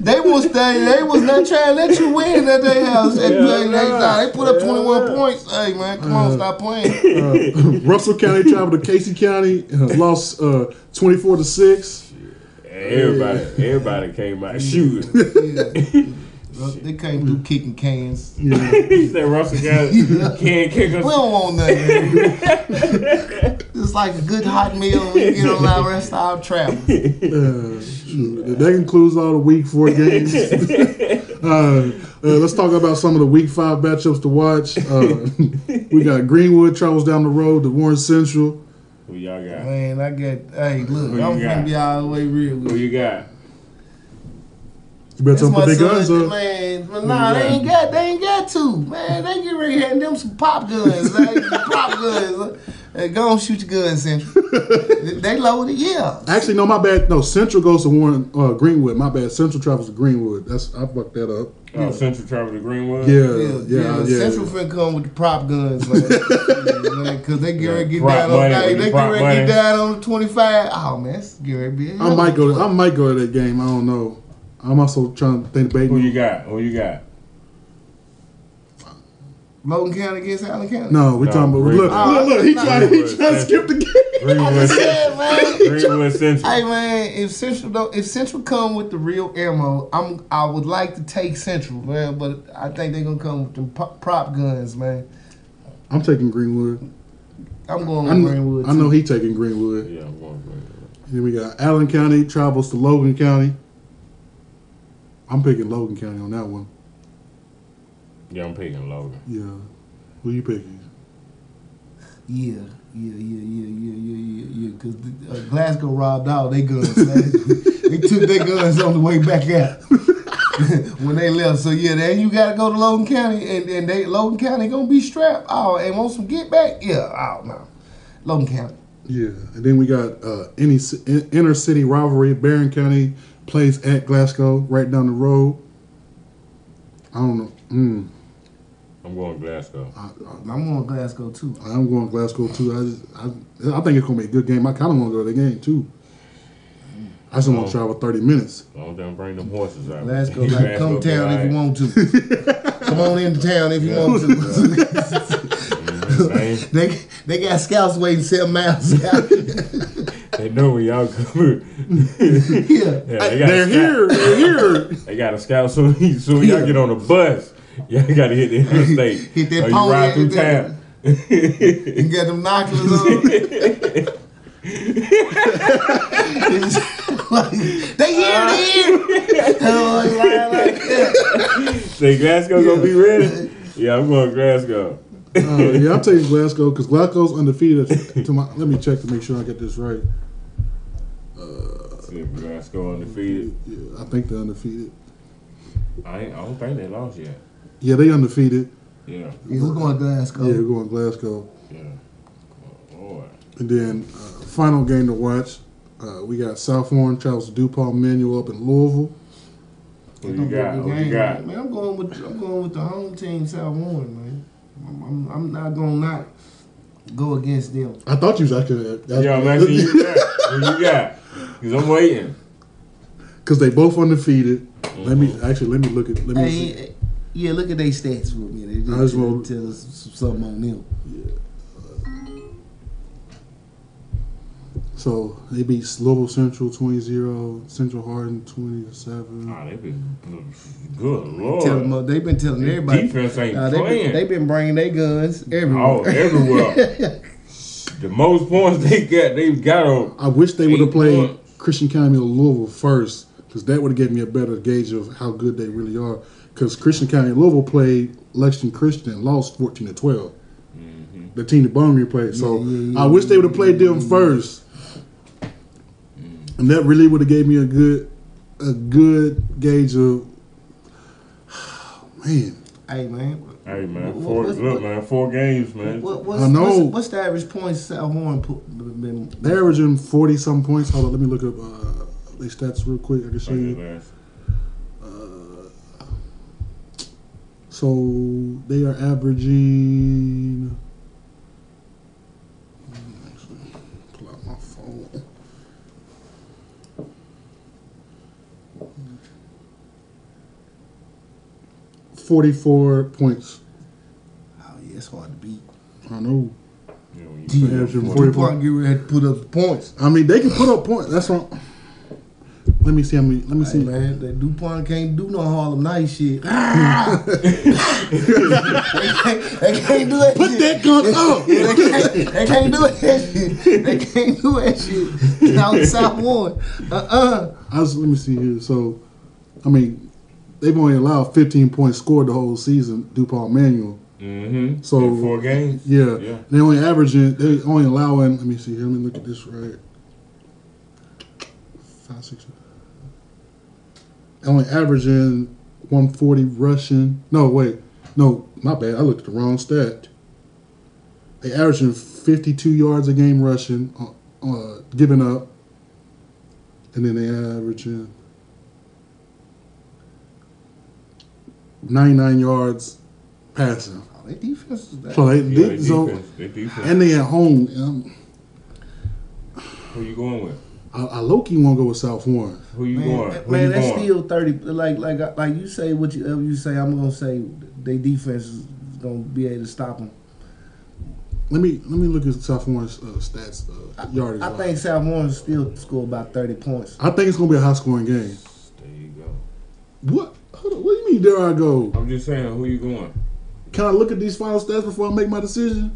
Speaker 4: They was they, they was not trying to let you win at their house. At,
Speaker 3: Yeah,
Speaker 4: they, they, nah, they put up
Speaker 3: yeah. Mm.
Speaker 4: 21 points. Hey, man, come on, stop playing.
Speaker 2: Uh, Russell County traveled to Casey County and lost uh, 24 to 6.
Speaker 3: Everybody, everybody came out shooting.
Speaker 4: Yeah. Well, They came through kicking cans. We
Speaker 3: he said Russell got can't kick us.
Speaker 4: don't want nothing. man. it's like a good hot meal when you get on our rest of our travel.
Speaker 2: Uh, shoot. that concludes all the week four games. uh, uh, let's talk about some of the week five matchups to watch. Uh, we got Greenwood travels down the road to Warren Central.
Speaker 3: Who y'all got?
Speaker 4: Man, I got. Hey, look,
Speaker 3: Who you
Speaker 4: I'm
Speaker 3: got?
Speaker 4: gonna be all the way real with
Speaker 3: Who
Speaker 4: you.
Speaker 3: you got?
Speaker 2: You better
Speaker 4: That's
Speaker 2: tell them
Speaker 4: my
Speaker 2: put their guns
Speaker 4: son,
Speaker 2: up.
Speaker 4: man. But nah, they ain't got. They ain't got to. Man, they get ready handing them some pop guns. Like, pop guns. Hey, go on, shoot your guns, Central. they loaded, yeah.
Speaker 2: Actually, no, my bad. No, Central goes to Warren uh, Greenwood. My bad. Central travels to Greenwood. That's I fucked that up.
Speaker 3: Oh, Central Travel to Greenwood.
Speaker 2: Yeah,
Speaker 4: Yeah,
Speaker 2: yeah, yeah.
Speaker 4: yeah, Central finna come with the prop guns, man. Yeah, Cause they get ready to get
Speaker 3: Prop
Speaker 4: down on
Speaker 3: money
Speaker 4: hey,
Speaker 3: with the
Speaker 4: they get
Speaker 3: prop
Speaker 4: ready to
Speaker 3: money.
Speaker 4: get down on the twenty five. Oh man, that's get ready to be. a hell
Speaker 2: I
Speaker 4: of
Speaker 2: might
Speaker 4: a
Speaker 2: go. To, I
Speaker 4: tour.
Speaker 2: might go to that game. I don't know. I'm also trying to think
Speaker 3: Who
Speaker 2: debating.
Speaker 3: you got? Who you got?
Speaker 4: Logan County against Allen County.
Speaker 2: No, we're
Speaker 3: No,
Speaker 2: talking about
Speaker 3: Greenwood.
Speaker 2: look, look, look. He
Speaker 4: No.
Speaker 2: tried. He
Speaker 3: Greenwood,
Speaker 2: tried to skip the game.
Speaker 3: Greenwood.
Speaker 4: Yeah, man.
Speaker 3: Greenwood Central.
Speaker 4: Hey man, if Central don't, if Central come with the real ammo, I'm I would like to take Central, man. But I think they're gonna come with them pop, prop guns, man.
Speaker 2: I'm taking Greenwood.
Speaker 4: I'm going
Speaker 2: I, kn-
Speaker 4: with Greenwood.
Speaker 2: I know
Speaker 4: too.
Speaker 2: he taking Greenwood.
Speaker 3: Yeah, I'm going Greenwood.
Speaker 2: Then we got Allen County travels to Logan County. I'm picking Logan County on that one.
Speaker 3: Yeah, I'm picking Logan.
Speaker 2: Yeah. Who you picking?
Speaker 4: Yeah, yeah, yeah, yeah, yeah, yeah, yeah, yeah. Because uh, Glasgow robbed all their guns. man. they took their guns on the way back out when they left. So yeah, then you gotta go to Logan County, and, and they Logan County gonna be strapped. Oh, and want some get back? Yeah, oh no, Logan County.
Speaker 2: Yeah. And then we got uh, any ci- in- inner city rivalry. Barron County plays at Glasgow, right down the road. I don't know. Mm,
Speaker 3: I'm going Glasgow.
Speaker 2: I, I,
Speaker 4: I'm going Glasgow too.
Speaker 2: I'm going Glasgow too. I, just, I I think it's gonna be a good game. I kind of want to go to the game too. I just
Speaker 3: Oh.
Speaker 2: want to travel 30 minutes.
Speaker 3: As long as they don't bring them horses out.
Speaker 4: Let's go. Like,
Speaker 3: Glasgow,
Speaker 4: come town if you
Speaker 3: all
Speaker 4: want to. come on into town if you want to.
Speaker 3: right. They-
Speaker 4: they they got scouts waiting seven miles out.
Speaker 3: They know where y'all coming.
Speaker 4: yeah.
Speaker 3: Yeah,
Speaker 2: Hey,
Speaker 3: they got
Speaker 2: They're
Speaker 3: a scout.
Speaker 2: here. They're here.
Speaker 3: They got a scout. So when so when y'all get on the bus, y'all got to hit the interstate.
Speaker 4: Hit that
Speaker 3: or
Speaker 4: pony
Speaker 3: you ride through
Speaker 4: and that-
Speaker 3: town.
Speaker 4: You got them binoculars on. It's like, they here, they here.
Speaker 3: Uh,
Speaker 4: Oh, it's lying like that.
Speaker 3: Say Glasgow gonna be ready. Yeah, I'm going Glasgow.
Speaker 2: Uh, yeah, I'm taking Glasgow because Glasgow's undefeated. at- To my, let me check to make sure I get this right.
Speaker 3: See if Glasgow undefeated.
Speaker 2: Yeah, I think they're undefeated.
Speaker 3: I ain't, I don't think they lost yet.
Speaker 2: Yeah, they undefeated.
Speaker 3: Yeah,
Speaker 4: Yeah, we're going to Glasgow.
Speaker 2: Yeah, we're going Glasgow.
Speaker 3: yeah. Oh, Lord.
Speaker 2: And then uh, final game to watch. Uh, we got Southbourne travels to DuPont Manual up in Louisville.
Speaker 3: Who
Speaker 4: It's
Speaker 3: you
Speaker 4: gonna be a
Speaker 3: got?
Speaker 4: good
Speaker 3: Who you
Speaker 4: game,
Speaker 3: got?
Speaker 4: Man, I'm going with I'm going with the home team, South Warren, man. I'm, I'm, I'm not gonna not go against them.
Speaker 2: I thought you was actually uh,
Speaker 3: Yo, Lexi, you got? Who you got? Cause I'm waiting.
Speaker 2: because they both undefeated. Let me
Speaker 3: Mm-hmm.
Speaker 2: actually let me look at let me
Speaker 4: Hey,
Speaker 2: see.
Speaker 4: eh, yeah, look at their stats for a minute.
Speaker 2: I just
Speaker 4: Just tell,
Speaker 2: want-
Speaker 4: tell us something on them.
Speaker 2: So they beat Louisville Central 20-0, Central Hardin twenty seven.
Speaker 3: Oh, they been good
Speaker 4: Tell them
Speaker 3: lord.
Speaker 4: up. They've been telling everybody.
Speaker 3: Defense ain't
Speaker 4: Nah, they
Speaker 3: playing.
Speaker 4: been, they been bringing their guns
Speaker 3: oh,
Speaker 4: everywhere.
Speaker 3: everywhere. the most points they got, they got on.
Speaker 2: I wish they would
Speaker 3: Eight
Speaker 2: have played
Speaker 3: points.
Speaker 2: Christian County or Louisville first because that would have given me a better gauge of how good they really are. Because Christian County and Louisville played Lexington Christian and lost fourteen to 12 The team that Bowman played. So I wish they would have played them first, and that really would have gave me a good a good gauge of man.
Speaker 4: hey man,
Speaker 3: Hey
Speaker 4: What-
Speaker 3: man, four
Speaker 4: what-
Speaker 3: look
Speaker 4: what-
Speaker 3: man, four games man.
Speaker 4: what, what's,
Speaker 2: I know.
Speaker 4: what's what's the average points South Warren put, been?
Speaker 2: They're averaging forty some points. Hold on, let me look up uh, their stats real quick. I can show
Speaker 3: Okay,
Speaker 2: you. Uh,
Speaker 3: man.
Speaker 2: So they are averaging. Pull out my phone. Forty-four points.
Speaker 4: Oh yeah, it's hard to beat.
Speaker 2: I know.
Speaker 3: Yeah, when you
Speaker 2: Damn.
Speaker 3: play that
Speaker 2: Averaging
Speaker 3: four-
Speaker 2: four-
Speaker 4: DuPont get ready to put up the points.
Speaker 2: I mean, they can put up points. That's wrong. Let me see how many. Let me
Speaker 4: Hey,
Speaker 2: see.
Speaker 4: man, that DuPont can't do no Harlem Night shit. Ah! they, can't, they can't do that
Speaker 2: Put
Speaker 4: shit.
Speaker 2: that gun up.
Speaker 4: they, can't, they can't do that shit. They can't do that shit. Out in South Warren. Uh-uh.
Speaker 2: I was, let me see here. So, I mean, they've only allowed 15 points scored the whole season. DuPont Manual.
Speaker 3: Mhm.
Speaker 2: So-
Speaker 3: In four games.
Speaker 2: Yeah.
Speaker 3: Yeah.
Speaker 2: They only averaging. They only allowing. Let me see here. Let me look at this right. Five, six. They only averaging 140 rushing. No, wait. No, my bad. I looked at the wrong stat. They averaging 52 yards a game rushing, uh, uh, giving up, and then they averaging 99 yards passing.
Speaker 4: Oh, that defense is
Speaker 2: So
Speaker 4: bad.
Speaker 2: they,
Speaker 3: Yeah, they
Speaker 2: did so,
Speaker 3: defense. They defense.
Speaker 2: and they at home. Um,
Speaker 3: Who you going with?
Speaker 2: I, I low key want to go with South Warren.
Speaker 3: Who you
Speaker 4: Man,
Speaker 3: going?
Speaker 4: that-
Speaker 3: Who
Speaker 4: man,
Speaker 3: you
Speaker 4: that's
Speaker 3: going?
Speaker 4: still 30. Like, like, like you say what you, you say, I'm going to say they defense is going to be able to stop them.
Speaker 2: Let me let me look at South Warren's uh, stats uh, yardage.
Speaker 4: I
Speaker 2: wise.
Speaker 4: think South Warren still score about 30 points.
Speaker 2: I think it's gonna be a high scoring game.
Speaker 3: There you go.
Speaker 2: What? Hold on, what do you mean? There I go.
Speaker 3: I'm just saying, who you going?
Speaker 2: Can I look at these final stats before I make my decision?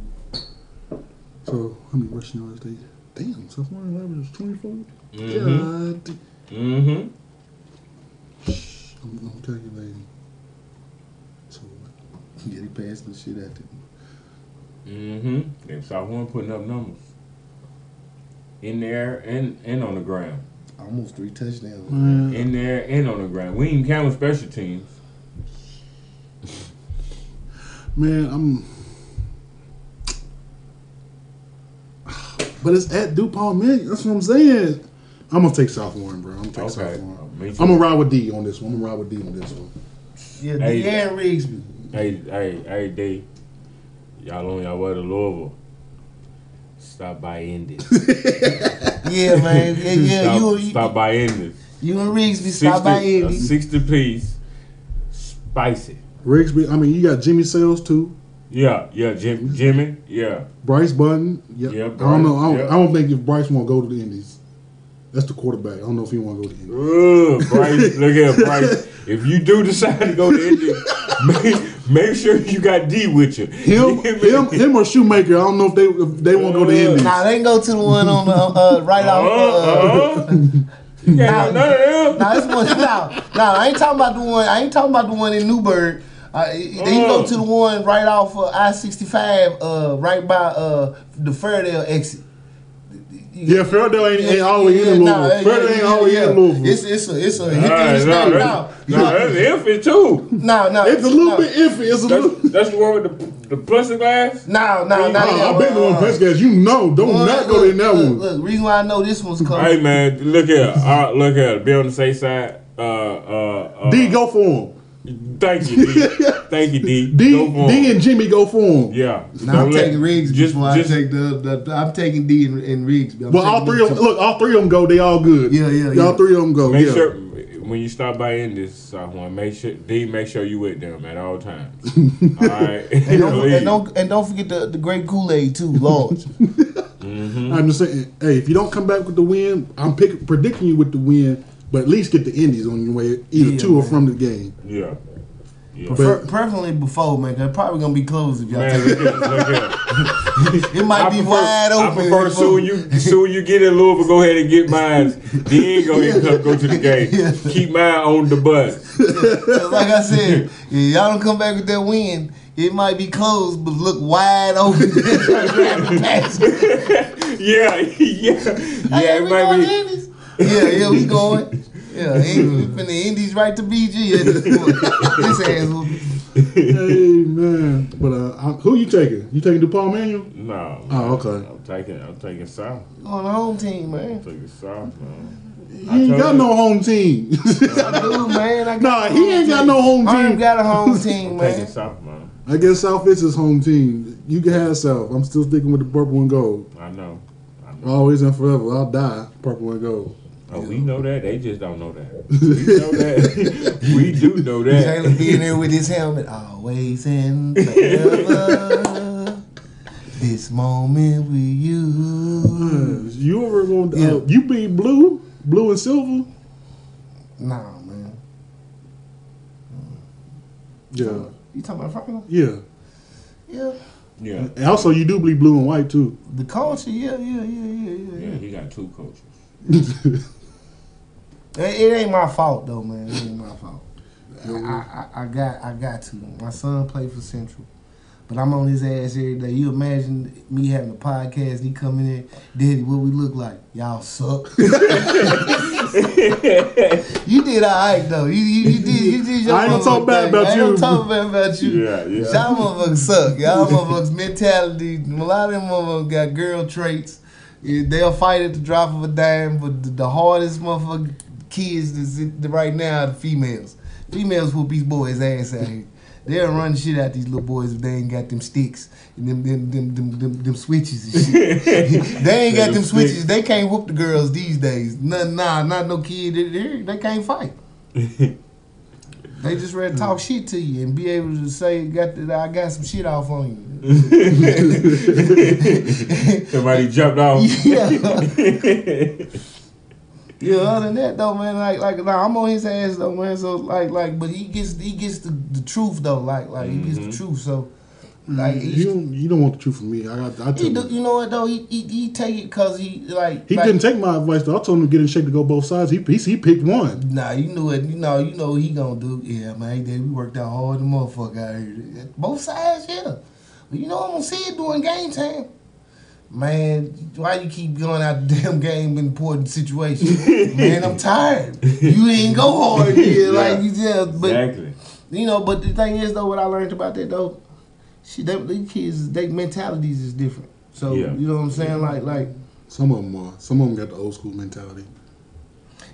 Speaker 2: So how many rushing yards they? Damn, South Warren average is twenty four.
Speaker 3: Mhm.
Speaker 4: Mm-hmm.
Speaker 2: God,
Speaker 3: Mhm.
Speaker 2: I'm, I'm calculating. So
Speaker 4: Yeah, they passed the shit at them.
Speaker 3: Mhm. They South one putting up numbers. In there and and on the ground.
Speaker 4: Almost three touchdowns.
Speaker 2: man,
Speaker 3: In there and on the ground. We ain't counting special teams.
Speaker 2: man, I'm. But it's at DuPont Million. That's what I'm saying. I'm gonna take South Warren, bro. I'm gonna take South
Speaker 3: Okay.
Speaker 2: Warren.
Speaker 3: Me too.
Speaker 2: I'm gonna ride with D on this one. I'm gonna ride with D on this one.
Speaker 4: Yeah,
Speaker 3: Hey.
Speaker 4: De'Aaron Rigsby.
Speaker 3: Hey, hey, hey, D. Y'all on y'all way to Louisville. Stop by Indy.
Speaker 4: Yeah, man. Yeah, yeah.
Speaker 3: stop,
Speaker 4: you, you,
Speaker 3: stop by Indy.
Speaker 4: you and Rigsby stop by
Speaker 3: a
Speaker 4: Indy.
Speaker 3: 60 piece. Spicy.
Speaker 2: Rigsby. I mean, you got Jimmy Sales too.
Speaker 3: Yeah, yeah, Jim, Jimmy. Yeah.
Speaker 2: Bryce Button. Yep.
Speaker 3: Yeah,
Speaker 2: I don't know. I
Speaker 3: Bryce,
Speaker 2: don't,
Speaker 3: yeah.
Speaker 2: I don't think if Bryce want to go to the Indies. That's the quarterback. I don't know if he want to go to the Indies.
Speaker 3: Ugh, Bryce, look here, Bryce. If you do decide to go to Indy, make, make sure you got D with you.
Speaker 2: Him, him, him, or Shoemaker. I don't know if they if they want to go to the Indies.
Speaker 4: Nah, they can go to the one on the uh, right
Speaker 3: Uh,
Speaker 4: off. Uh,
Speaker 3: uh, you can't have none of them.
Speaker 4: nah, this one. Nah, nah, I ain't talking about the one. I ain't talking about the one in Newburgh. Uh, they can go to the one right off of I sixty five, uh, right by uh, the Fairdale exit.
Speaker 2: Yeah, Ferndale ain't, ain't always in Louisville.
Speaker 4: nah,
Speaker 2: Ferndale ain't always in
Speaker 4: yeah.
Speaker 2: Louisville.
Speaker 4: It's it's a it's a hit
Speaker 3: All right,
Speaker 4: this
Speaker 3: nah,
Speaker 4: thing
Speaker 3: that-
Speaker 4: now.
Speaker 3: No, that's iffy too.
Speaker 4: No, no.
Speaker 2: It's a little
Speaker 4: no.
Speaker 2: bit iffy. It's a little.
Speaker 3: That's that's the one with the the plexiglass.
Speaker 4: No, no, not
Speaker 2: Oh,
Speaker 4: that
Speaker 2: I've been to
Speaker 4: one.
Speaker 2: one press gas. You know, don't
Speaker 4: Boy,
Speaker 2: not go in that
Speaker 4: look,
Speaker 2: one.
Speaker 4: Look, reason why I know this one's close.
Speaker 3: Hey man, look here. All right, look here. Be on the safe side. Uh, uh, uh
Speaker 2: D go for him.
Speaker 3: Thank you, D. Thank you, D.
Speaker 2: D
Speaker 3: Go for
Speaker 2: D
Speaker 3: him.
Speaker 2: and Jimmy go for him.
Speaker 3: yeah.
Speaker 4: Now I'm
Speaker 3: Don't let-
Speaker 4: taking Riggs
Speaker 3: Just,
Speaker 4: before
Speaker 3: just
Speaker 4: I take the, the. I'm taking D and, and Riggs. I'm
Speaker 2: But all
Speaker 4: taking
Speaker 2: three of
Speaker 4: them
Speaker 2: them, look, all three of them go. They all good.
Speaker 4: Yeah, yeah, yeah.
Speaker 2: All three of them go.
Speaker 3: make
Speaker 2: yeah.
Speaker 3: sure when you stop by in this South one, make sure D. Make sure you with them at all times. all right.
Speaker 4: And don't, and don't and don't forget the, the great Kool Aid too, large.
Speaker 2: I'm just saying, hey, if you don't come back with the win, I'm pick, predicting you with the win, but at least get the Indies on your way, either
Speaker 4: Yeah,
Speaker 2: to or
Speaker 4: man.
Speaker 2: from the game.
Speaker 3: Yeah. Yeah.
Speaker 4: Pre- preferably before, man. 'cause They're probably gonna be closed if y'all.
Speaker 3: Man, look
Speaker 4: Take
Speaker 3: here, look here.
Speaker 4: it might
Speaker 3: I
Speaker 4: be
Speaker 3: prefer,
Speaker 4: wide
Speaker 3: I
Speaker 4: open.
Speaker 3: prefer soon you soon you get in Louisville, go ahead and get mine. Then go ahead and come, go to the game. Keep mine on the bus.
Speaker 4: 'Cause like I said, if y'all don't come back with that win, it might be closed, but look wide open. yeah,
Speaker 3: Yeah, yeah, yeah. It might be.
Speaker 4: yeah, we going. Yeah, Eng- from the Indies right to BG at this point. This asshole.
Speaker 2: hey, man. But uh, I, who you taking? You taking DePaul Manuel?
Speaker 3: No.
Speaker 2: Oh, okay.
Speaker 3: I'm taking. I'm taking South.
Speaker 4: On the home team, man.
Speaker 3: I'm taking South, man.
Speaker 2: He ain't
Speaker 3: told
Speaker 2: got
Speaker 3: you.
Speaker 2: no home team.
Speaker 4: Dude, man, I got
Speaker 2: nah,
Speaker 4: a
Speaker 2: he ain't got no home
Speaker 4: I ain't
Speaker 2: team.
Speaker 4: got a home team,
Speaker 3: I'm
Speaker 4: man.
Speaker 3: taking South, man.
Speaker 2: I guess South is his home team. You can have South. I'm still sticking with the purple and gold.
Speaker 3: I know. I know.
Speaker 2: Always and forever. I'll die purple and gold.
Speaker 3: Oh, we know that. They just don't know that. We know that. we do know that.
Speaker 4: Jalen being there with his helmet, always and forever. this moment with you.
Speaker 2: Mm. You ever want to,
Speaker 4: Yeah.
Speaker 2: uh, you be blue, blue and silver?
Speaker 4: Nah, man.
Speaker 2: Yeah,
Speaker 4: You talking about Franklin?
Speaker 2: yeah.
Speaker 4: Yeah.
Speaker 3: Yeah.
Speaker 2: And also, you do bleed blue and white too.
Speaker 4: The culture, yeah, yeah, yeah, yeah,
Speaker 3: Yeah.
Speaker 4: yeah.
Speaker 3: He got two coaches.
Speaker 4: yeah. It, it ain't my fault though, man. It ain't my fault. I, I, I I got I got to. My son played for Central. But I'm on his ass every day. You imagine me having a podcast and he coming in, Daddy, what we look like? Y'all suck. You did all right though. You you, you did you did your
Speaker 2: I ain't gonna talk
Speaker 4: motherfucking
Speaker 2: bad
Speaker 4: thing.
Speaker 2: about
Speaker 4: I ain't
Speaker 2: you.
Speaker 4: gonna talk bad about you.
Speaker 3: Yeah. Yeah.
Speaker 4: Y'all motherfuckers suck. Y'all motherfuckers mentality. A lot of them motherfuckers got girl traits. Yeah, They'll fight at the drop of a dime, but the, the hardest motherfucking kids that's in- right now are the females. Females whoop these boys' ass out here. They'll run shit out these little boys if they ain't got them sticks and them them them them, them, them switches and shit. They ain't got them switches. They can't whoop the girls these days. Nah, nah, not no kid. They, they, they can't fight. they just ready to talk shit to you and be able to say, "Got that? I got some shit off on you."
Speaker 3: Somebody jumped off.
Speaker 4: yeah. Yeah, other than that though, man, like like nah, I'm on his ass though, man. So like like, but he gets he gets the, the truth though, like like he gets the truth. So like
Speaker 2: Mm-hmm. You
Speaker 4: he,
Speaker 2: don't, you don't want the truth from me. I got. I
Speaker 4: he
Speaker 2: told
Speaker 4: do,
Speaker 2: him.
Speaker 4: you know what though, he he, he take it cause he like
Speaker 2: He
Speaker 4: like,
Speaker 2: didn't take my advice though. I told him to get in shape to go both sides. He he, he picked one.
Speaker 4: Nah, you knew it. You know, you know what he gonna do. Yeah, man, they, we worked out hard, the motherfucker out here. Both sides, yeah. But you know, I'm gonna see it during game time. Man, why you keep going out the damn game in important situations? man, I'm tired. You ain't go hard here,
Speaker 3: Yeah.
Speaker 4: like you just. But
Speaker 3: Exactly.
Speaker 4: you know, but the thing is though, what I learned about that though, she they, these kids, their mentalities is different. So
Speaker 3: Yeah.
Speaker 4: you know what I'm saying? Like like
Speaker 2: Some of them are. Some of them got the old school mentality.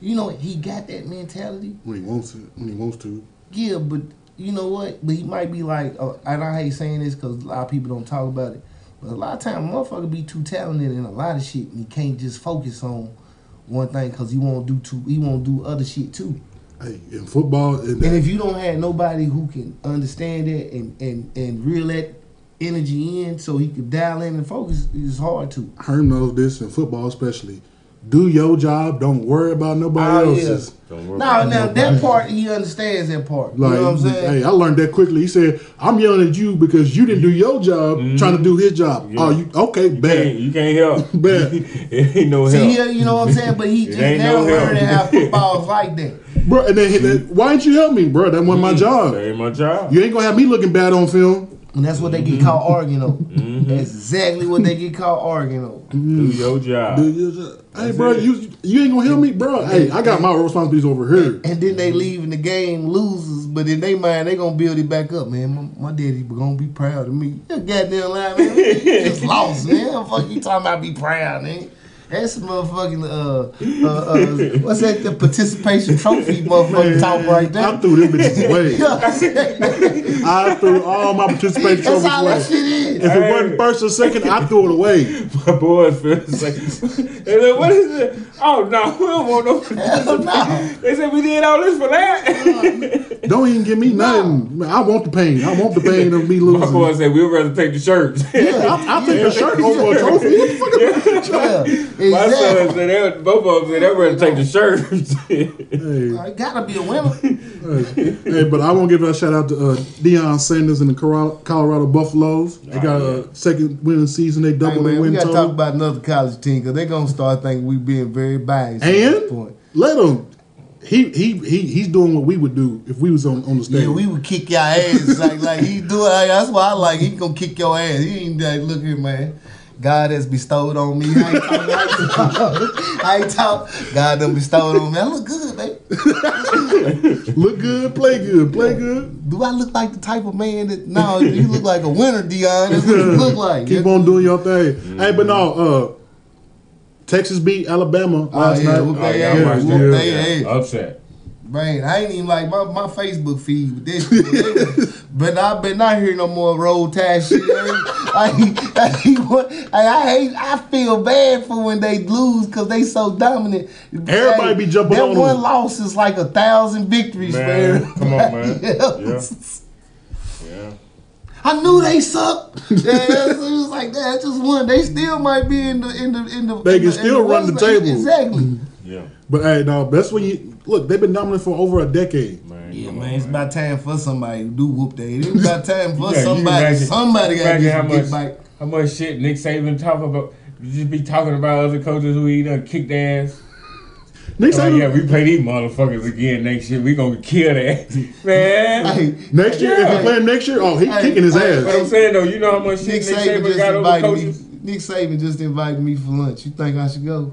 Speaker 4: you know, he got that mentality.
Speaker 2: When he wants it, when he wants to.
Speaker 4: Yeah, but you know what? But he might be like, uh, and I hate saying this because a lot of people don't talk about it. But a lot of time, motherfucker be too talented in a lot of shit, and he can't just focus on one thing because he won't do too. He won't do other shit too.
Speaker 2: Hey, in football, and,
Speaker 4: And if you don't have nobody who can understand that and and and reel that energy in, so he could dial in and focus, it's hard to.
Speaker 2: Herm knows this in football especially. Do your job. Don't worry about nobody
Speaker 3: Ah,
Speaker 4: Oh, yeah.
Speaker 2: else's.
Speaker 3: Don't worry.
Speaker 4: No,
Speaker 3: about
Speaker 4: now that part he understands that part.
Speaker 2: Like,
Speaker 4: you know what I'm saying?
Speaker 2: hey, I learned that quickly. He said, "I'm yelling at you because you didn't do your job, trying to do his job."
Speaker 3: Mm-hmm. Yeah.
Speaker 2: Oh, you okay?
Speaker 3: it. You
Speaker 2: Bad.
Speaker 3: can't- You can't help.
Speaker 2: Bad.
Speaker 3: it ain't no
Speaker 4: See,
Speaker 3: help.
Speaker 4: yeah, you know what I'm saying, but he
Speaker 3: It
Speaker 4: just
Speaker 3: ain't
Speaker 4: now
Speaker 3: no help.
Speaker 4: learning how football's like that.
Speaker 2: Bro, and then he- that-
Speaker 3: Mm-hmm.
Speaker 2: why didn't you help me, bro? That wasn't my
Speaker 3: That
Speaker 2: job.
Speaker 3: ain't my job.
Speaker 2: You ain't gonna have me looking bad on film.
Speaker 4: And that's what they get caught arguing over.
Speaker 3: Mm-hmm.
Speaker 4: That's exactly what they get caught arguing over.
Speaker 3: Do your job.
Speaker 2: Dude, you just- hey,
Speaker 3: That's
Speaker 2: bro,
Speaker 3: it. Mm-hmm.
Speaker 2: you you ain't gonna help me, bro. Hey, I got my responsibilities over here.
Speaker 4: And then they leaving the game losers, but in their mind they gonna build it back up, man. My, my daddy gonna be proud of me. You goddamn lying, man. You just lost, man. What the fuck you talking about? Be proud, man. That's motherfucking uh, uh, uh what's that? The participation trophy, motherfucking talk right
Speaker 2: I
Speaker 4: there.
Speaker 2: threw them bitches away.
Speaker 4: That's
Speaker 2: I threw all my participation trophies
Speaker 4: all
Speaker 2: away.
Speaker 4: that shit is.
Speaker 2: If it
Speaker 3: Hey.
Speaker 2: wasn't first or second, I threw it away.
Speaker 3: My boys feels like they like, what is it? Oh no, we don't want no.
Speaker 4: Hell no.
Speaker 3: They said we did all this for that.
Speaker 2: Don't even give me nothing. Man, I want the pain. I want the pain of me
Speaker 3: My
Speaker 2: losing.
Speaker 3: boys said we'd rather take the shirts.
Speaker 2: I, I take the shirt over a trophy. What the fuck?
Speaker 4: Yeah,
Speaker 3: My
Speaker 4: exactly.
Speaker 3: son said they would- both of them said they'd rather take the shirts.
Speaker 2: Hey,
Speaker 4: I gotta be a winner.
Speaker 2: hey, hey, but I want to give a shout out to uh, Deion Sanders and the Coro- Colorado Buffaloes. They got a second winning season. They
Speaker 4: Hey,
Speaker 2: double
Speaker 4: man,
Speaker 2: their
Speaker 4: we
Speaker 2: win
Speaker 4: gotta talk
Speaker 2: total.
Speaker 4: about another college team because they're gonna start thinking we being very biased at
Speaker 2: And?
Speaker 4: this point.
Speaker 2: Let him. He, he he he's doing what we would do if we was on on the stage.
Speaker 4: Yeah, we would kick your ass like like he do it. Like, that's why I like he gonna kick your ass. He ain't like look here, man. God has bestowed on me. I ain't talking about you. I ain't talk. God done bestowed on me. I look good, baby.
Speaker 2: Look good, play good, play good.
Speaker 4: Do I look like the type of man that? No, you look like a winner, Dion. That's what you look like.
Speaker 2: Keep on doing your thing. Hey, but no, uh, Texas beat Alabama
Speaker 4: Oh,
Speaker 2: last
Speaker 4: yeah,
Speaker 2: night.
Speaker 4: whoop
Speaker 3: Oh,
Speaker 4: they
Speaker 3: y'all
Speaker 4: ass,
Speaker 3: watched
Speaker 4: whoop
Speaker 3: that.
Speaker 4: they ass.
Speaker 3: Upset.
Speaker 4: Man, I ain't even like my, my Facebook feed with this. shit. but I been not hearing no more roll tide shit. I, ain't- I, ain't want- I, I hate. I feel bad for when they lose because they so dominant.
Speaker 2: Everybody be jumping
Speaker 4: that
Speaker 2: on
Speaker 4: That one
Speaker 2: them.
Speaker 4: loss is like a thousand victories
Speaker 3: Man,
Speaker 4: for
Speaker 3: come on, man.
Speaker 4: everybody
Speaker 3: Yeah,
Speaker 4: else.
Speaker 3: yeah.
Speaker 4: I knew they sucked. Yeah, that's- it was like that. That's just one. They still might be in the in the in the.
Speaker 2: They can
Speaker 4: in the- in
Speaker 2: still run the
Speaker 4: West-
Speaker 2: table.
Speaker 4: Exactly.
Speaker 3: Yeah,
Speaker 2: But hey, no, that's when you look. They've been dominant for over a decade.
Speaker 3: man.
Speaker 4: Yeah,
Speaker 3: come
Speaker 4: man,
Speaker 3: on,
Speaker 4: it's about time for somebody to do whoop that. It's about time for
Speaker 3: Yeah, you
Speaker 4: somebody.
Speaker 3: imagine-
Speaker 4: somebody got to
Speaker 3: imagine how
Speaker 4: get big
Speaker 3: much
Speaker 4: bite.
Speaker 3: how much shit Nick Saban talk about. You just be talking about other coaches who he done kicked ass.
Speaker 2: Next,
Speaker 3: Oh
Speaker 2: time,
Speaker 3: yeah, we play these motherfuckers again next year. We gonna kill that man.
Speaker 4: Hey,
Speaker 2: next year if
Speaker 3: Yeah.
Speaker 2: we play him next year, oh, he
Speaker 4: Hey,
Speaker 2: kicking his
Speaker 4: hey,
Speaker 2: ass.
Speaker 3: But I'm saying though, you know how much shit
Speaker 4: Nick
Speaker 3: Nick
Speaker 4: Saban
Speaker 3: Saban
Speaker 4: just
Speaker 3: got over
Speaker 4: invited me.
Speaker 3: coaches.
Speaker 4: Nick Saban just invited me for lunch. You think I should go?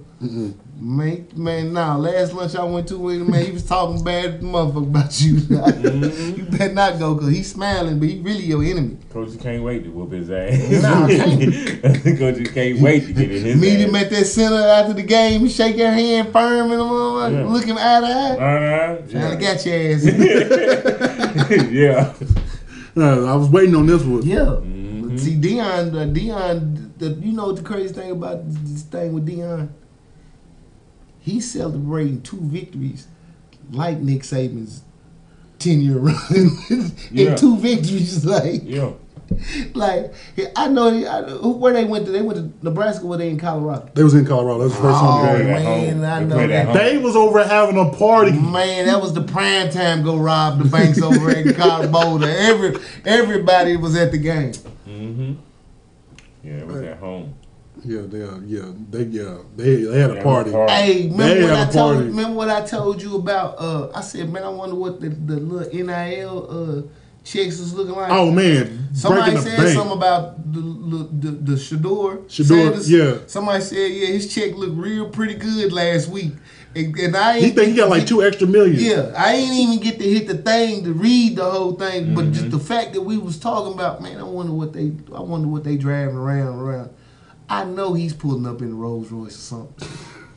Speaker 4: Man, man, nah. Last lunch I went to with him, man, he was talking bad motherfucker about you. you
Speaker 3: Mm-hmm.
Speaker 4: better not go, cause he's smiling, but he really your enemy.
Speaker 3: Coaches can't wait to whoop his
Speaker 4: Nah, I
Speaker 3: ass. coaches can't wait to get in his
Speaker 4: Meet
Speaker 3: ass.
Speaker 4: him at that center after the game, shake your hand firm and motherfucker,
Speaker 3: Yeah.
Speaker 4: looking eye to eye.
Speaker 3: Uh-huh. Yeah.
Speaker 4: I got your ass.
Speaker 3: yeah.
Speaker 2: Uh, I was waiting on this one.
Speaker 4: Yeah.
Speaker 3: Mm-hmm.
Speaker 4: Mm-hmm. See, Dion, uh, Dion, the, you know what the crazy thing about this- this thing with Dion? He's celebrating two victories, like Nick Saban's ten year run, and
Speaker 3: Yeah.
Speaker 4: two victories like
Speaker 3: Yeah.
Speaker 4: like I know I, who- where they went to. They went to Nebraska. Where they in Colorado?
Speaker 2: They was in Colorado. That's the first
Speaker 4: Oh,
Speaker 2: home
Speaker 3: They
Speaker 2: game.
Speaker 3: play that
Speaker 4: man,
Speaker 3: home.
Speaker 4: I
Speaker 3: They
Speaker 4: know
Speaker 3: play that
Speaker 4: that.
Speaker 3: home.
Speaker 2: They was over having a party.
Speaker 4: Man, that was the prime time go rob the banks over in Colorado Boulder. Every everybody was at the game.
Speaker 3: Mm-hmm. Yeah, it was at home.
Speaker 2: Yeah, they, uh, yeah, they, yeah, they, they had
Speaker 3: They
Speaker 2: a
Speaker 3: had a
Speaker 2: party.
Speaker 3: party.
Speaker 4: Hey,
Speaker 2: They
Speaker 4: remember what
Speaker 2: had
Speaker 4: I
Speaker 2: a
Speaker 4: told
Speaker 2: party.
Speaker 4: remember what I told you about uh I said, man, I wonder what the, the little NIL uh checks is looking like.
Speaker 2: Oh man,
Speaker 4: Somebody
Speaker 2: breaking up
Speaker 4: said
Speaker 2: the
Speaker 4: something
Speaker 2: bank.
Speaker 4: about the the, the, the Shador.
Speaker 2: Shador, yeah.
Speaker 4: Somebody said, yeah, his check looked real pretty good last week. And, and I
Speaker 2: He
Speaker 4: ain't
Speaker 2: think he got like two extra million.
Speaker 4: Yeah, I ain't even get to hit the thing to read the whole thing, but just the fact that we was talking about, man, I wonder what they, I wonder what they driving around around. I know he's pulling up in a Rolls Royce or something.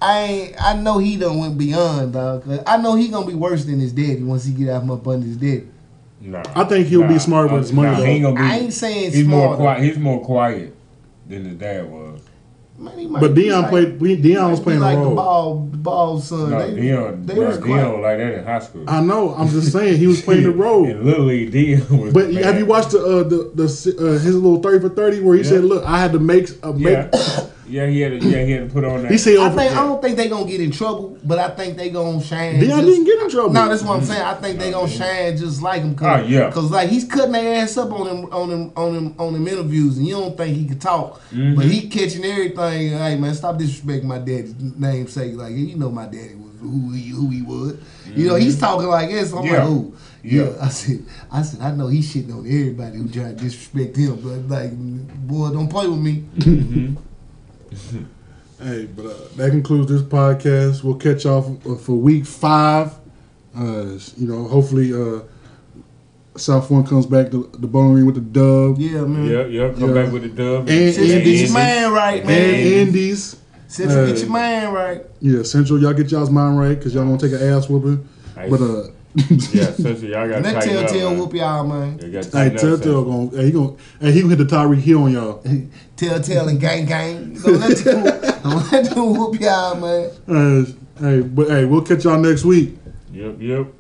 Speaker 4: I ain't, I know he done went beyond dog. 'cause I know he gonna be worse than his daddy once he get out from up under his daddy.
Speaker 3: Nah.
Speaker 2: I think he'll be smart with
Speaker 3: uh,
Speaker 2: his money,
Speaker 3: Nah,
Speaker 2: though.
Speaker 3: he ain't gonna be,
Speaker 4: I ain't saying
Speaker 3: he's more
Speaker 4: smart.
Speaker 3: quiet. He's more quiet than his dad was.
Speaker 4: Man, he might
Speaker 2: But
Speaker 4: be
Speaker 2: Dion
Speaker 4: like-
Speaker 2: played. we- Dion was
Speaker 4: be
Speaker 2: playing
Speaker 4: like
Speaker 2: a
Speaker 4: the
Speaker 2: role.
Speaker 4: ball, the ball son.
Speaker 3: No,
Speaker 4: they,
Speaker 3: Dion,
Speaker 4: they
Speaker 3: bro,
Speaker 4: was quiet.
Speaker 3: Dion like that in high school.
Speaker 2: I know. I'm just saying he was playing the role.
Speaker 3: And literally, Dion was.
Speaker 2: But
Speaker 3: the
Speaker 2: have
Speaker 3: man.
Speaker 2: you watched the uh, the, the uh, his little thirty for thirty where he
Speaker 3: Yeah.
Speaker 2: said, "Look, I had to make a make."
Speaker 3: Yeah, yeah, he had. To, yeah, he had to put on that.
Speaker 2: He said,
Speaker 4: I
Speaker 2: over,
Speaker 4: think I don't think they gonna get in trouble, but I think they gonna shine.
Speaker 2: Deion
Speaker 4: just-
Speaker 2: didn't get in trouble.
Speaker 4: No, that's what I'm saying. I think they gonna shine just like him. Cause,
Speaker 3: Mm-hmm. Oh, yeah.
Speaker 4: 'cause, like he's cutting their ass up on them, on them, on them, on them interviews, and you don't think he could talk,
Speaker 3: Mm-hmm.
Speaker 4: but he catching everything. Hey man, stop disrespecting my daddy's namesake. Like you know, my daddy was who he, who he was. You know, he's talking like this. I'm
Speaker 3: Mm-hmm. Yeah.
Speaker 4: like, oh.
Speaker 3: Yeah.
Speaker 4: Yeah. I said, I said, I know he shitting on everybody who try to disrespect him, but like, boy, don't play with me.
Speaker 2: Hey, but uh, that concludes this podcast. We'll catch y'all uh, for, for week five. Uh, you know, hopefully, uh, South One comes back to the bowling green with the dub
Speaker 4: Yeah, man.
Speaker 3: Yep, yep. Come
Speaker 2: Yeah.
Speaker 3: back with the dub.
Speaker 2: And-
Speaker 4: Since you
Speaker 2: and
Speaker 4: get your
Speaker 2: Andy.
Speaker 4: man right,
Speaker 2: and
Speaker 4: man.
Speaker 2: Indies.
Speaker 4: Since you get
Speaker 2: Uh,
Speaker 4: your man right.
Speaker 2: Yeah, Central, y'all get y'all's mind right because y'all don't take an ass whooping. But uh,
Speaker 3: yeah, essentially, y'all got
Speaker 4: And
Speaker 3: to
Speaker 4: that
Speaker 3: tighten up.
Speaker 4: telltale
Speaker 3: man.
Speaker 4: whoop y'all, man.
Speaker 3: Y'all gotta
Speaker 2: hey,
Speaker 3: tighten up,
Speaker 2: Telltale gonna hey, he gonna hey, he gonna hit the Tyreek Hill on y'all.
Speaker 4: Telltale and gang gang. Don't let them, don't let them whoop y'all, man.
Speaker 2: Uh, hey, but hey, we'll catch y'all next week.
Speaker 3: Yep, yep.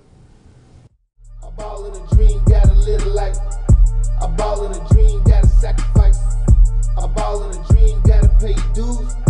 Speaker 1: A ball in a dream, got a little life. A ball in a dream, got a sacrifice. A ball in a dream, gotta pay your dues.